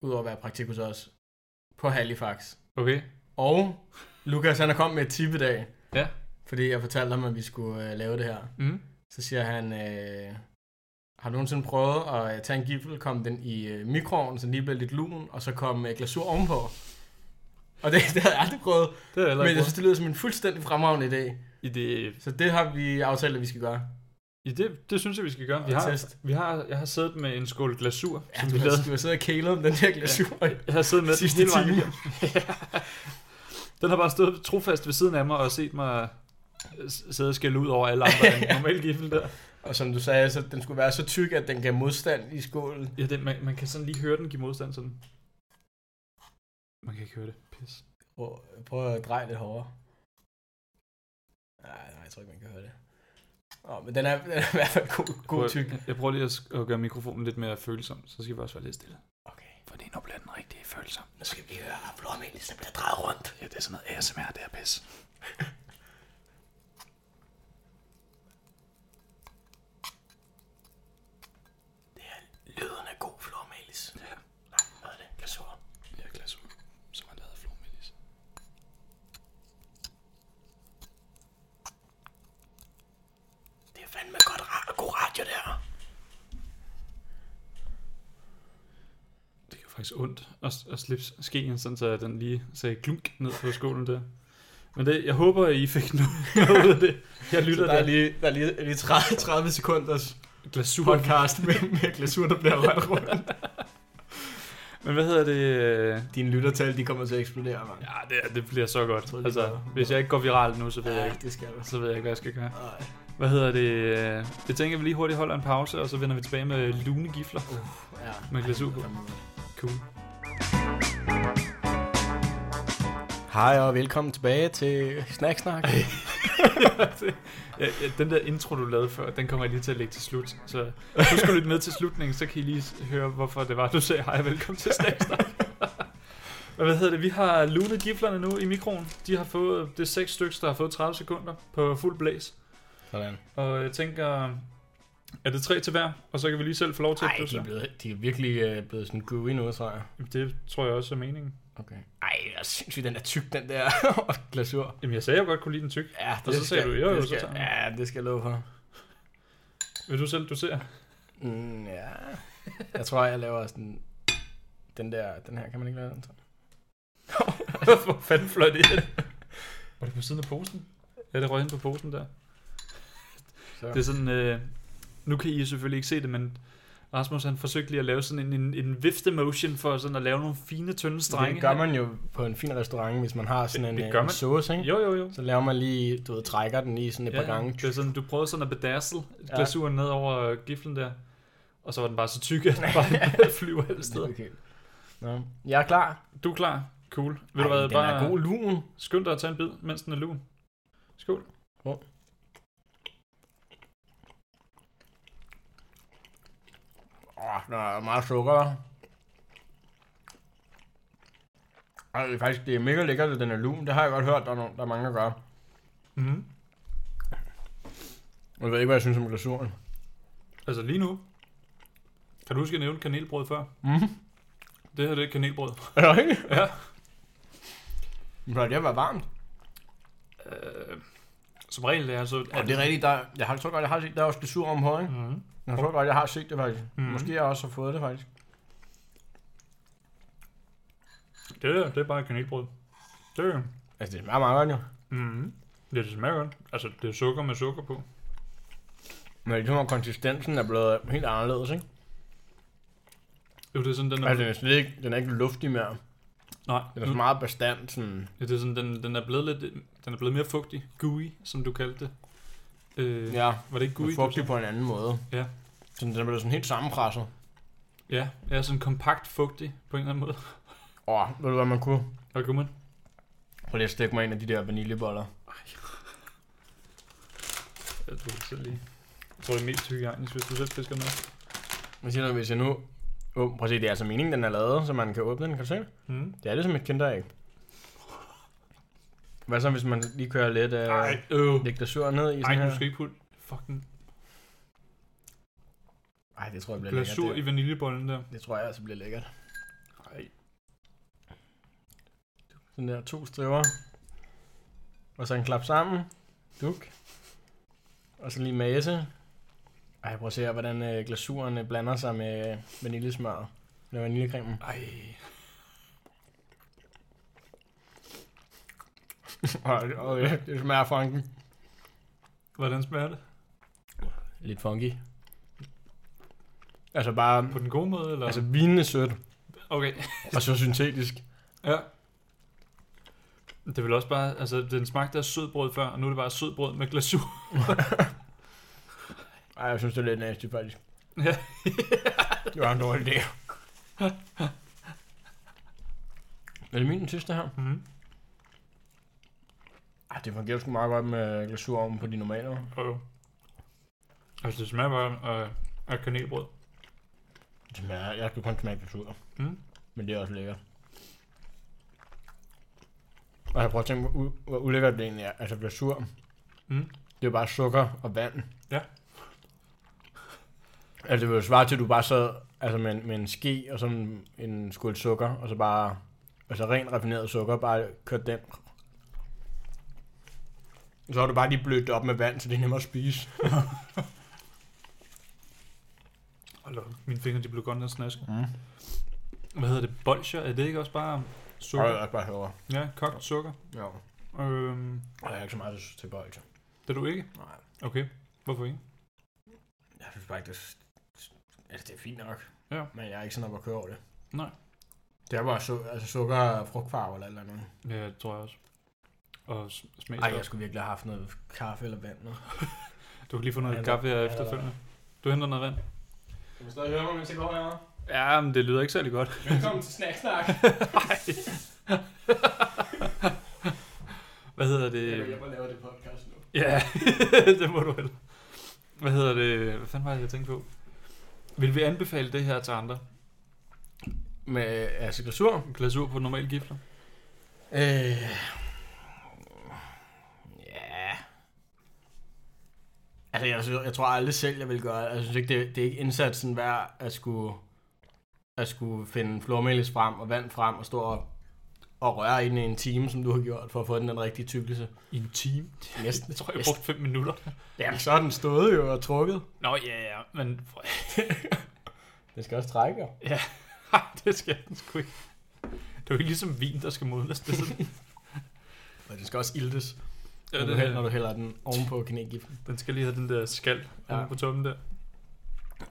B: udover at være praktik hos os, på Halifax.
A: okay.
B: Og Lukas, han er kommet med et tip i dag.
A: Ja.
B: Fordi jeg fortalte ham, at vi skulle øh, lave det her.
A: Mm.
B: Så siger han, øh, har du nogensinde prøvet at øh, tage en gifle, komme den i øh, mikroovnen, så den lige bliver lidt lun, og så komme øh, glasur ovenpå? Og det, [laughs] det havde jeg aldrig prøvet,
A: Det er heller
B: men
A: ikke
B: jeg synes, det lyder som en fuldstændig fremragende idé.
A: I det,
B: Så det har vi aftalt, at vi skal gøre.
A: i det, det synes jeg, vi skal gøre. Vi
B: En
A: har,
B: test.
A: vi har, jeg har siddet med en skål glasur,
B: Ja,
A: som
B: du,
A: vi
B: har,
A: lavede.
B: du har siddet og kælet om den her glasur. Ja.
A: Jeg har siddet med den
B: Sidste
A: hele vejen
B: time.
A: igennem. Ja. Den har bare stået trofast ved siden af mig og set mig øh, s- sidde og skælde ud over alle andre
B: [laughs]
A: end normal giffel der.
B: Og som du sagde, så den skulle være så tyk, at den gav modstand i skålen.
A: Ja, det, man, man kan sådan lige høre den give modstand sådan. Man kan ikke høre det. Pis.
B: Prøv, prøv at dreje lidt hårdere. Nej, nej, jeg tror ikke, man kan høre det. Nå, men den er, [laughs] den er i hvert fald god, god tyk.
A: Jeg, jeg prøver lige at, sk- at gøre mikrofonen lidt mere følsom, så skal vi også være lidt stille.
B: Okay.
A: For det nu bliver den rigtig følsom.
B: Nu skal vi høre flormelis, der bliver drejet rundt.
A: Ja, det er sådan noget ASMR, det er pis.
B: Det er lyden af god flormelis.
A: Ja,
B: Nej, hvad er det? Glasur.
A: jeg er glas ud, som har lavet flormelis.
B: Det er fandme godt ra- god radio der.
A: Det gør faktisk ondt at, at slippe skeen, sådan så den lige sagde klunk ned på skålen der. Men det, jeg håber, I fik [laughs] noget, noget ud af det. Jeg lytter
B: Så der er
A: der.
B: lige, der er lige, lige 30, 30 sekunders
A: Glasur.
B: podcast med, med glasur, der bliver rørt rundt.
A: Men hvad hedder det? øh,
B: Dine lyttertal, de kommer til at eksplodere, mand.
A: Ja, det, det bliver så godt.
B: tror, det
A: Altså,
B: bliver-
A: hvis jeg ikke går viral nu, så ved jeg
B: Ja,
A: ikke,
B: det skal du.
A: så ved jeg ikke, hvad jeg skal gøre.
B: Ej.
A: Hvad hedder det? øh, Jeg tænker, at vi lige hurtigt holder en pause, og så vender vi tilbage med lune gifler.
B: Ja.
A: Med glas ud på. Cool.
B: Hej og velkommen tilbage til Snack Snak.
A: [laughs] ja, ja, den der intro, du lavede før, den kommer jeg lige til at lægge til slut. Så du skal lytte med til slutningen, så kan I lige s- høre, hvorfor det var, du sagde hej og velkommen til Snacksnak. Og [laughs] hvad hedder det? Vi har lunet giflerne nu i mikroen. De har fået, det er seks stykker, der har fået 30 sekunder på fuld blæs.
B: Sådan.
A: Og jeg tænker, er det tre til hver? Og så kan vi lige selv få lov til at
B: Ej, de
A: pludselig.
B: er, blevet, de er virkelig øh, blevet sådan gooey nu, tror jeg.
A: Det tror jeg også er meningen.
B: Okay. Ej, det er sindssygt, den er tyk, den der [laughs] glasur.
A: Jamen jeg sagde, jeg godt kunne lide den tyk.
B: Ja,
A: Og så sagde du, jo, jo,
B: det
A: så
B: skal,
A: tager jeg
B: Ja, det skal jeg love for.
A: Vil du selv, du ser? [laughs]
B: Mm, ja. [laughs] Jeg tror, jeg laver sådan... Den der, den her kan man ikke lave den, tror jeg.
A: Hvor fanden fløj det ind? Var det på siden af posen? Ja, det røg ind på posen der.
B: Så.
A: Det er sådan, øh, nu kan I jo selvfølgelig ikke se det, men Rasmus han forsøgte lige at lave sådan en, en, en vifte motion for sådan at lave nogle fine, tynde strenge.
B: det gør man jo på en fin restaurant, hvis man har sådan
A: Det-
B: en,
A: det
B: øh,
A: gør
B: en
A: man.
B: sauce, ikke?
A: Jo, jo, jo.
B: Så laver man lige, du ved, trækker den i sådan et par gange.
A: Det er sådan, du prøvede sådan at bedazzle
B: Ja.
A: glasuren ned over øh, giflen der, og så var den bare så tyk, at den
B: [laughs]
A: bare flyver alle steder.
B: Okay. Nå, jeg er klar.
A: Du er klar? Cool. Vil du
B: Ej,
A: være
B: den
A: bare
B: er god lun.
A: skynd dig at tage en bid, mens den er lun. Skål.
B: Åh, der er meget sukker. Ej, det er faktisk, det er mega lækkert, at den er lun. Det har jeg godt hørt, der er, nogen, der er mange, der gør. Mhm.
A: Mm.
B: Jeg ved ikke, hvad jeg synes om glasuren.
A: Altså lige nu, kan du huske, at jeg nævnte kanelbrød før?
B: Mhm.
A: Det her, det er kanelbrød.
B: Er det rigtigt?
A: Ja.
B: Men det har været varmt.
A: Øh, som regel er så...
B: Ja, det er rigtigt. Der, jeg har, tror godt, jeg har set, der er også glasur om højen.
A: Mm.
B: Jeg tror godt, jeg har set det faktisk.
A: Mhm.
B: Mm. Måske jeg også har fået det faktisk.
A: Det, der, det er bare kanelbrød. Det,
B: Altså, det smager meget godt jo.
A: mm. det, det smager godt. Altså, det er sukker med sukker på.
B: Men det er ligesom, at konsistensen er blevet helt anderledes, ikke?
A: Jo, det er sådan, den er...
B: Altså, den er, slet ikke, den er ikke luftig mere.
A: nej,
B: Den er så meget bestand, sådan...
A: Ja, det er sådan, den, den er blevet lidt... Den er blevet mere fugtig. Gooey, som du kaldte det. Øh,
B: Ja,
A: Var det ikke gooey?
B: Gud,
A: du
B: fugtig
A: sagde?
B: på en anden måde.
A: Ja.
B: Så den er blevet sådan helt sammenpresset.
A: Ja, ja, sådan kompakt fugtig på en eller anden måde. [laughs]
B: Åh, ved du hvad man kunne?
A: Hvad kunne man?
B: Prøv lige at stikke mig en af de der vaniljeboller.
A: Ja, du kan selv lige... Jeg tror, det er mest hygiejnisk, hvis du selv fisker med.
B: Hvad siger du, hvis jeg nu... Oh, prøv at se, det er altså meningen, den er lavet, så man kan åbne den, kan du se?
A: Mm.
B: Det er det som et kinderæg. Hvad så, hvis man lige kører lidt øh,
A: Nej, øh.
B: lidt glasur ned i sådan
A: Nej,
B: her?
A: du skal ikke putte fucking
B: Ej, det tror jeg bliver
A: glasur
B: lækkert.
A: i vaniljebollen der.
B: Det, det tror jeg altså bliver lækkert.
A: Nej.
B: Sådan der to striver. Og så en klap sammen. Duk. Og så lige mase. Ej, prøv at se her, hvordan øh, glasuren øh, blander sig med øh, vaniljesmøret. Eller vaniljecremen.
A: Ej.
B: [laughs] Ej, og, øh, det smager funky.
A: Hvordan smager det?
B: Lidt funky. Altså bare...
A: På den gode måde, eller?
B: Altså vinende sødt.
A: okay.
B: Og så syntetisk.
A: Ja. Det vil også bare, altså den smagte af sødbrød før, og nu er det bare sødbrød med glasur.
B: Ej, jeg synes, det er lidt nasty, faktisk.
A: Ja.
B: [laughs] det var en dårlig idé. er det min den sidste her?
A: Mm.
B: Ej, det fungerer sgu meget godt med glasur oven på de normale. hva'?
A: Og, altså det smager bare af, af kanelbrød.
B: Det smager, jeg skal kun smage glasur.
A: Mm.
B: Men det er også lækkert. Og jeg prøver at tænke, hvor, u- hvor ulækkert det egentlig er. Altså glasur,
A: Mm.
B: det er jo bare sukker og vand.
A: Ja.
B: Altså det vil jo svare til, at du bare sad altså med, en, med en ske og sådan en skål sukker, og så bare, altså ren raffineret sukker, bare kørt den. Så har du bare lige blødt det op med vand, så det er nemmere at spise.
A: Hold da op, mine fingre de blev godt nok snaske.
B: Mm.
A: Hvad hedder det? Bolsjer? Er det ikke også bare
B: Så er
A: sukker?
B: det også bare højere.
A: Ja, kogt sukker.
B: Ja.
A: Øhm,
B: Og jeg er ikke så meget til bolde.
A: det er du ikke?
B: Nej.
A: Okay, hvorfor ikke?
B: Jeg synes bare ikke, det er, altså, det er fint nok.
A: Ja.
B: Men jeg er ikke sådan op at køre over det.
A: Nej.
B: Det er bare su- altså sukker og frugtfarve eller et eller andet.
A: Ja, det tror jeg også. Og s- smag.
B: Ej, jeg skulle virkelig have haft noget kaffe eller vand. Noget.
A: Du kan lige få noget
B: Ja, der-
A: kaffe her
B: ja, der-
A: efterfølgende. Du henter noget vand.
C: Kan du stadig høre mig, mens jeg går
A: [laughs]
C: herovre?
A: Ja, men det lyder ikke særlig godt.
C: Velkommen til Snack Snak.
A: [laughs] Hvad hedder det?
C: og laver det podcast nu.
A: Ja, [laughs] det må du vel. Hvad hedder det? Hvad fanden var det, jeg tænkte på? Vil vi anbefale det her til andre?
B: Med øh, altså glasur?
A: Glasur på normal gifler?
B: Øh, ja. Altså, jeg, synes, jeg tror aldrig selv, jeg vil gøre det. Altså, Jeg synes ikke, det, det er ikke indsatsen værd at skulle, at skulle finde flormelis frem og vand frem og stå og, og røre i den i en time, som du har gjort, for at få den den rigtige tykkelse.
A: I en time?
B: [laughs] Næsten.
A: Jeg tror, jeg brugte 5 minutter.
B: Jamen, så er den stået jo og trukket.
A: Nå, ja, ja, men... [laughs]
B: Den skal også trække, jo.
A: Ej, det skal den sgu ikke. Det er jo ikke ligesom vin, der skal modnes. Det er sådan,
B: Og den skal også
A: [laughs]
B: iltes,
A: ja,
B: når,
A: det,
B: du hælder, når du
A: er-
B: hælder den ovenpå kanelgiften.
A: den skal lige have den der skal
B: Ja.
A: ja. på toppen der.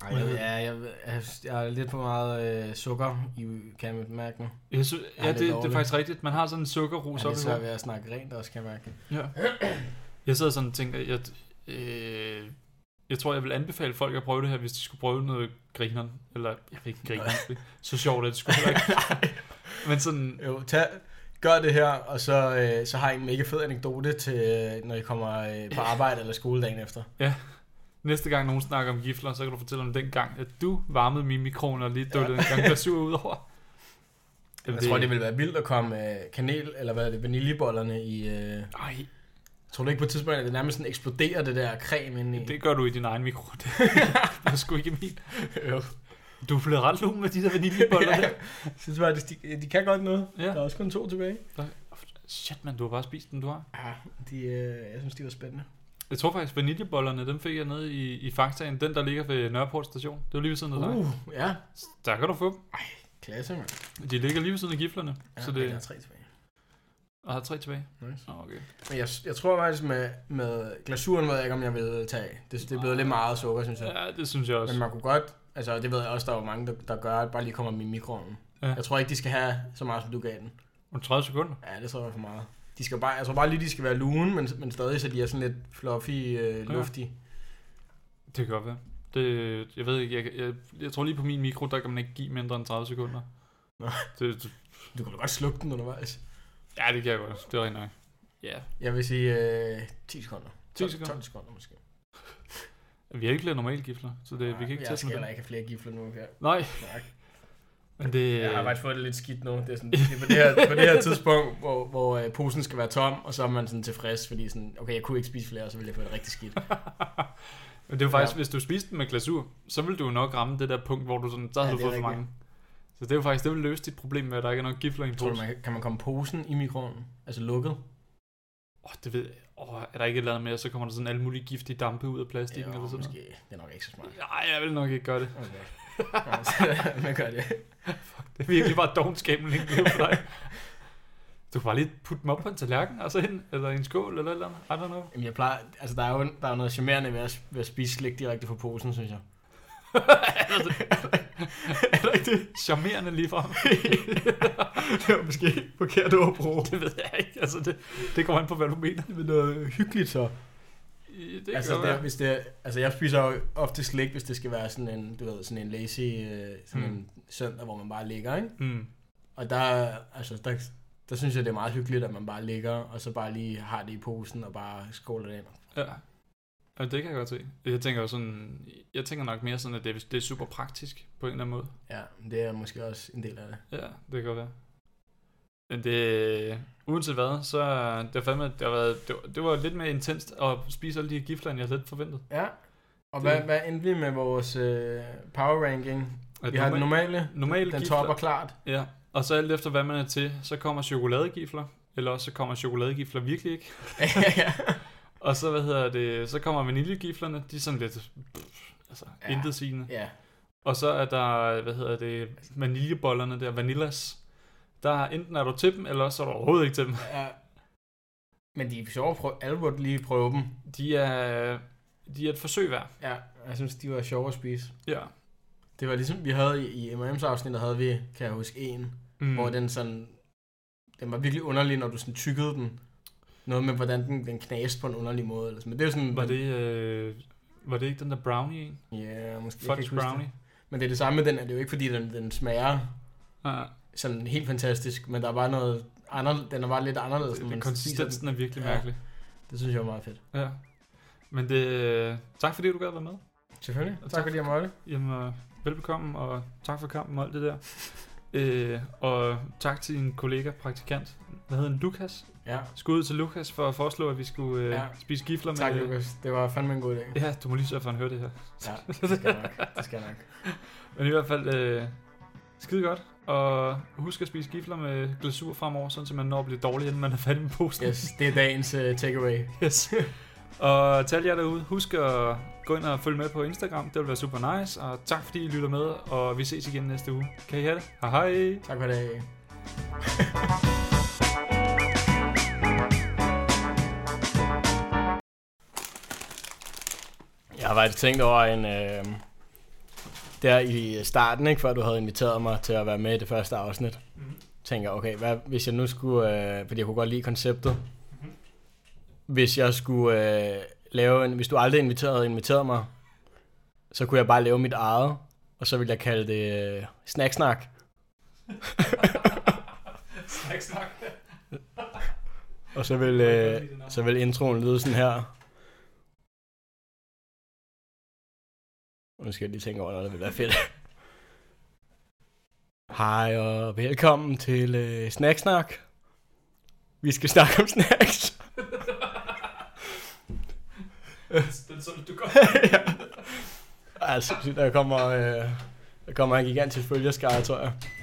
B: Ej, jeg, ja, jeg, jeg, jeg er lidt for meget øh, sukker, I kan jeg mærke nu.
A: Jeg synes,
B: er
A: ja, det,
B: lidt
A: det er
B: dårlig.
A: faktisk rigtigt. Man har sådan en sukkerrus
B: Jeg er
A: op
B: lidt
A: i
B: svært
A: hovedet.
B: ved at snakke rent også, kan jeg [laughs] mærke.
A: Ja. Jeg sidder sådan og tænker, jeg, øh, jeg tror, jeg vil anbefale folk at prøve det her, hvis de skulle prøve noget grineren. Eller, jeg ved ikke, grineren. så sjovt er det sgu heller ikke. Men sådan,
B: Jo, tag, gør det her, og så, øh, så har I en mega fed anekdote til, øh, når I kommer øh, [laughs] på arbejde eller skole dagen efter.
A: næste gang nogen snakker om gifler, så kan du fortælle om den gang, at du varmede min mikron og lige duttede en gang glasur ud over.
B: Jeg tror, det ville være vildt at komme øh, kanel, eller hvad er det, vaniljebollerne i... Øh,
A: Ej,
B: tror du ikke på et tidspunkt, at det nærmest sådan eksploderer det der creme ind [laughs] i?
A: det gør du i din egen mikro. [laughs] Det, det er sgu ikke min.
B: jo.
A: Du er blevet ret lun med de der
B: [laughs]
A: vaniljeboller der.
B: Jeg synes bare, de, de kan godt noget.
A: Ja.
B: Der er også kun to tilbage.
A: Shit, man, du har bare spist den, du har.
B: Ja, de, øh, jeg synes, de var spændende.
A: Jeg tror faktisk, vaniljebollerne, dem fik jeg nede i, i Faktaen. Den, der ligger ved Nørreport station. Det var lige ved siden af dig.
B: Uh, ja.
A: Der kan du få dem.
B: Klasse, mand.
A: De ligger lige ved siden af giflerne.
B: Ja,
A: Ja, så
B: Der er
A: det
B: tre tilbage.
A: og har tre tilbage.
B: Nice.
A: Nå, okay.
B: Men jeg, jeg tror faktisk, med, med glasuren ved jeg ikke, om jeg vil tage. Det, det er blevet lidt meget sukker, synes jeg.
A: Ja, det synes jeg
B: Men
A: også.
B: man kunne godt, altså det ved jeg også, der er jo mange, der, der gør, at bare lige kommer dem i mikroovnen.
A: Ja.
B: Ja. Jeg tror ikke, de skal have så meget, som du gav den.
A: Om 30 sekunder.
B: Ja, det tror jeg er for meget. De skal bare, jeg tror bare lige, de skal være lune, men, men stadig, så de er sådan lidt fluffy, øh, luftige.
A: Det kan godt være. Det, jeg ved ikke, jeg, jeg, jeg, tror lige på min mikro, der kan man ikke give mindre end 30 sekunder.
B: Nå.
A: Det, det,
B: Du kan da godt slukke den undervejs.
A: ja, det kan jeg godt. Det er rigtig nok. Ja.
B: Jeg vil sige øh, 10 sekunder.
A: 10
B: 12
A: sekunder.
B: 12 sekunder måske.
A: Vi har ikke lavet normale gifler, så det, vi kan ikke
B: jeg
A: teste
B: skal
A: med
B: heller
A: dem.
B: ikke have flere gifler nu. Okay?
A: Nej,
B: Tak.
A: men det...
B: Jeg har faktisk fået det lidt skidt nu. Det er, sådan, det er på, det her, på det her tidspunkt, hvor, hvor øh, posen skal være tom, og så er man sådan tilfreds, fordi sådan, okay, jeg kunne ikke spise flere, og så ville jeg få det rigtig skidt.
A: [laughs] Men det er jo faktisk,
B: Ja.
A: hvis du spiste den med glasur, så ville du jo nok ramme det der punkt, hvor du sådan, der havde
B: Ja,
A: du
B: det er
A: fået for
B: rigtigt.
A: mange. Så det er jo faktisk, det vil løse dit problem med, at der ikke er nok gifler i en
B: Tror du,
A: pose. Åh,
B: man, kan- kan man komme posen i mikroovnen? Altså lukket?
A: oh, det ved jeg. Oh, er der ikke et eller andet mere, så kommer der sådan alle mulige giftige dampe ud af plastikken
B: Jo,
A: eller sådan noget.
B: måske. Det er nok ikke så smart.
A: Nej, jeg vil nok ikke gøre det.
B: Okay. [laughs] Altså, man gør det.
A: Det er virkelig bare dogenskaben ikke det er for dig. Du kan bare lige putte dem op på en tallerken, og så ind, eller i en skål, eller et eller andet. I don't
B: [laughs]
A: know.
B: Jamen, jeg plejer, altså, der er jo der er jo noget charmerende ved at, ved at spise slik direkte fra posen, synes jeg.
A: er der ikke det? Charmerende ligefrem.
B: [laughs] det var måske forkert ord at bruge.
A: det ved jeg ikke. Altså, det, det kommer an på, hvad du mener.
B: Det er noget Øh, hyggeligt så.
A: Det
B: Det
A: kan
B: altså,
A: godt
B: der,
A: være.
B: hvis det, altså, jeg spiser jo ofte slik, hvis det skal være sådan en, du ved, sådan en lazy øh, sådan
A: Mm.
B: mm. en søndag, hvor man bare ligger, ikke?
A: Mm.
B: Og der, altså, der, der synes jeg, det er meget hyggeligt, at man bare ligger, og så bare lige har det i posen, og bare skåler det ind.
A: Ja. Og det kan jeg godt se. Jeg tænker jo sådan, jeg tænker nok mere sådan, at det, det er super praktisk på en eller anden måde.
B: Ja, det er måske også en del af det.
A: Ja, det kan godt være. Men det, uanset hvad, så det var fandme, det, har været, det, var, det var lidt mere intenst at spise alle de her gifler, end jeg havde lidt forventet.
B: Ja. Og
A: Det-
B: hvad, hvad endte vi med vores øh, power ranking?
A: At
B: Vi har den normale,
A: normale
B: den
A: gifler,
B: topper klart.
A: Ja, og så alt efter hvad man er til, så kommer chokoladegifler, eller også så kommer chokoladegifler virkelig ikke. Og så, hvad hedder det, så kommer vaniljegiflerne, de er sådan lidt, pff, altså, ja.
B: Ja.
A: intet sigende.
B: ja.
A: Og så er der, hvad hedder det, vaniljebollerne der, vanillas. Der er, enten er du til dem, eller også er du overhovedet ikke til dem.
B: ja. Men de er sjove at prøve, alle burde lige prøve dem.
A: De er, de er et forsøg værd.
B: Ja, jeg synes, de var sjove at spise.
A: Ja.
B: Det var ligesom, vi havde i, i M&M's afsnit, der havde vi, kan jeg huske, en,
A: Mm.
B: hvor den sådan, den var virkelig underlig, når du sådan tykkede den. Noget med, hvordan den, den knaste på en underlig måde. Eller sådan. Men det er jo sådan...
A: Var, det, øh, var det ikke den der brownie en?
B: Ja, måske. jeg kan
A: Fox
B: ikke huske
A: brownie?
B: Det. Men det er det samme med den, at det er jo ikke fordi, den, den smager
A: Ja,
B: sådan helt fantastisk, men der er bare noget anderledes, den er bare lidt anderledes. når
A: det, det,
B: man spiser
A: konsistensen er virkelig
B: Ja.
A: mærkelig.
B: den. Det synes jeg var meget fedt.
A: Ja. Men det, øh, tak fordi du gad at være med.
B: Selvfølgelig.
A: Og
B: Tak,
A: tak
B: tak fordi jeg måtte.
A: Jamen, øh, velbekomme, og tak for kampen og alt det
B: [laughs]
A: der. Øh, og tak til din kollega, praktikant. Hvad hedder han? Lukas?
B: Ja.
A: Skud ud til Lukas for at foreslå, at vi skulle øh, ja.
B: Ja.
A: spise gifler med...
B: Tak, Lukas. Det var fandme en
A: [laughs]
B: god idé.
A: Ja, du må lige sørge for, at han hører det her.
B: Ja, det skal jeg nok. Det skal jeg nok.
A: Men i hvert fald, øh, skide godt. Og husk at spise gifler med glasur fremover, sådan så man når at blive dårlig, inden man er færdig med posen.
B: Yes, det er dagens uh, takeaway.
A: Yes. [laughs] og til alle jer derude, husk at gå ind og følge med på Instagram. Det vil være super nice. Og tak fordi I lytter med, og vi ses igen næste uge. Kan I have det? Hej hej!
B: Tak for i dag. [laughs] Jeg har faktisk tænkt over en... Øh, der i starten, ikke, før du havde inviteret mig til at være med i det første afsnit,
A: Mhm.
B: tænker jeg, okay, hvad, hvis jeg nu skulle... Øh, fordi jeg kunne godt lide konceptet. Hvis jeg skulle øh, lave en... Hvis du aldrig inviterede, inviterede mig, så kunne jeg bare lave mit eget, og så ville jeg kalde det øh, snacksnak.
A: Snak, [laughs] snak.
B: Og så vil, øh, så vil introen lyde sådan her. Nu skal jeg lige tænke over noget, der vil være fedt. Hej og velkommen til øh, Snacksnak. Vi skal snakke om snacks.
A: Den så du [laughs] godt.
B: ja. Altså, der kommer, øh, der kommer en gigantisk følgerskare, tror jeg.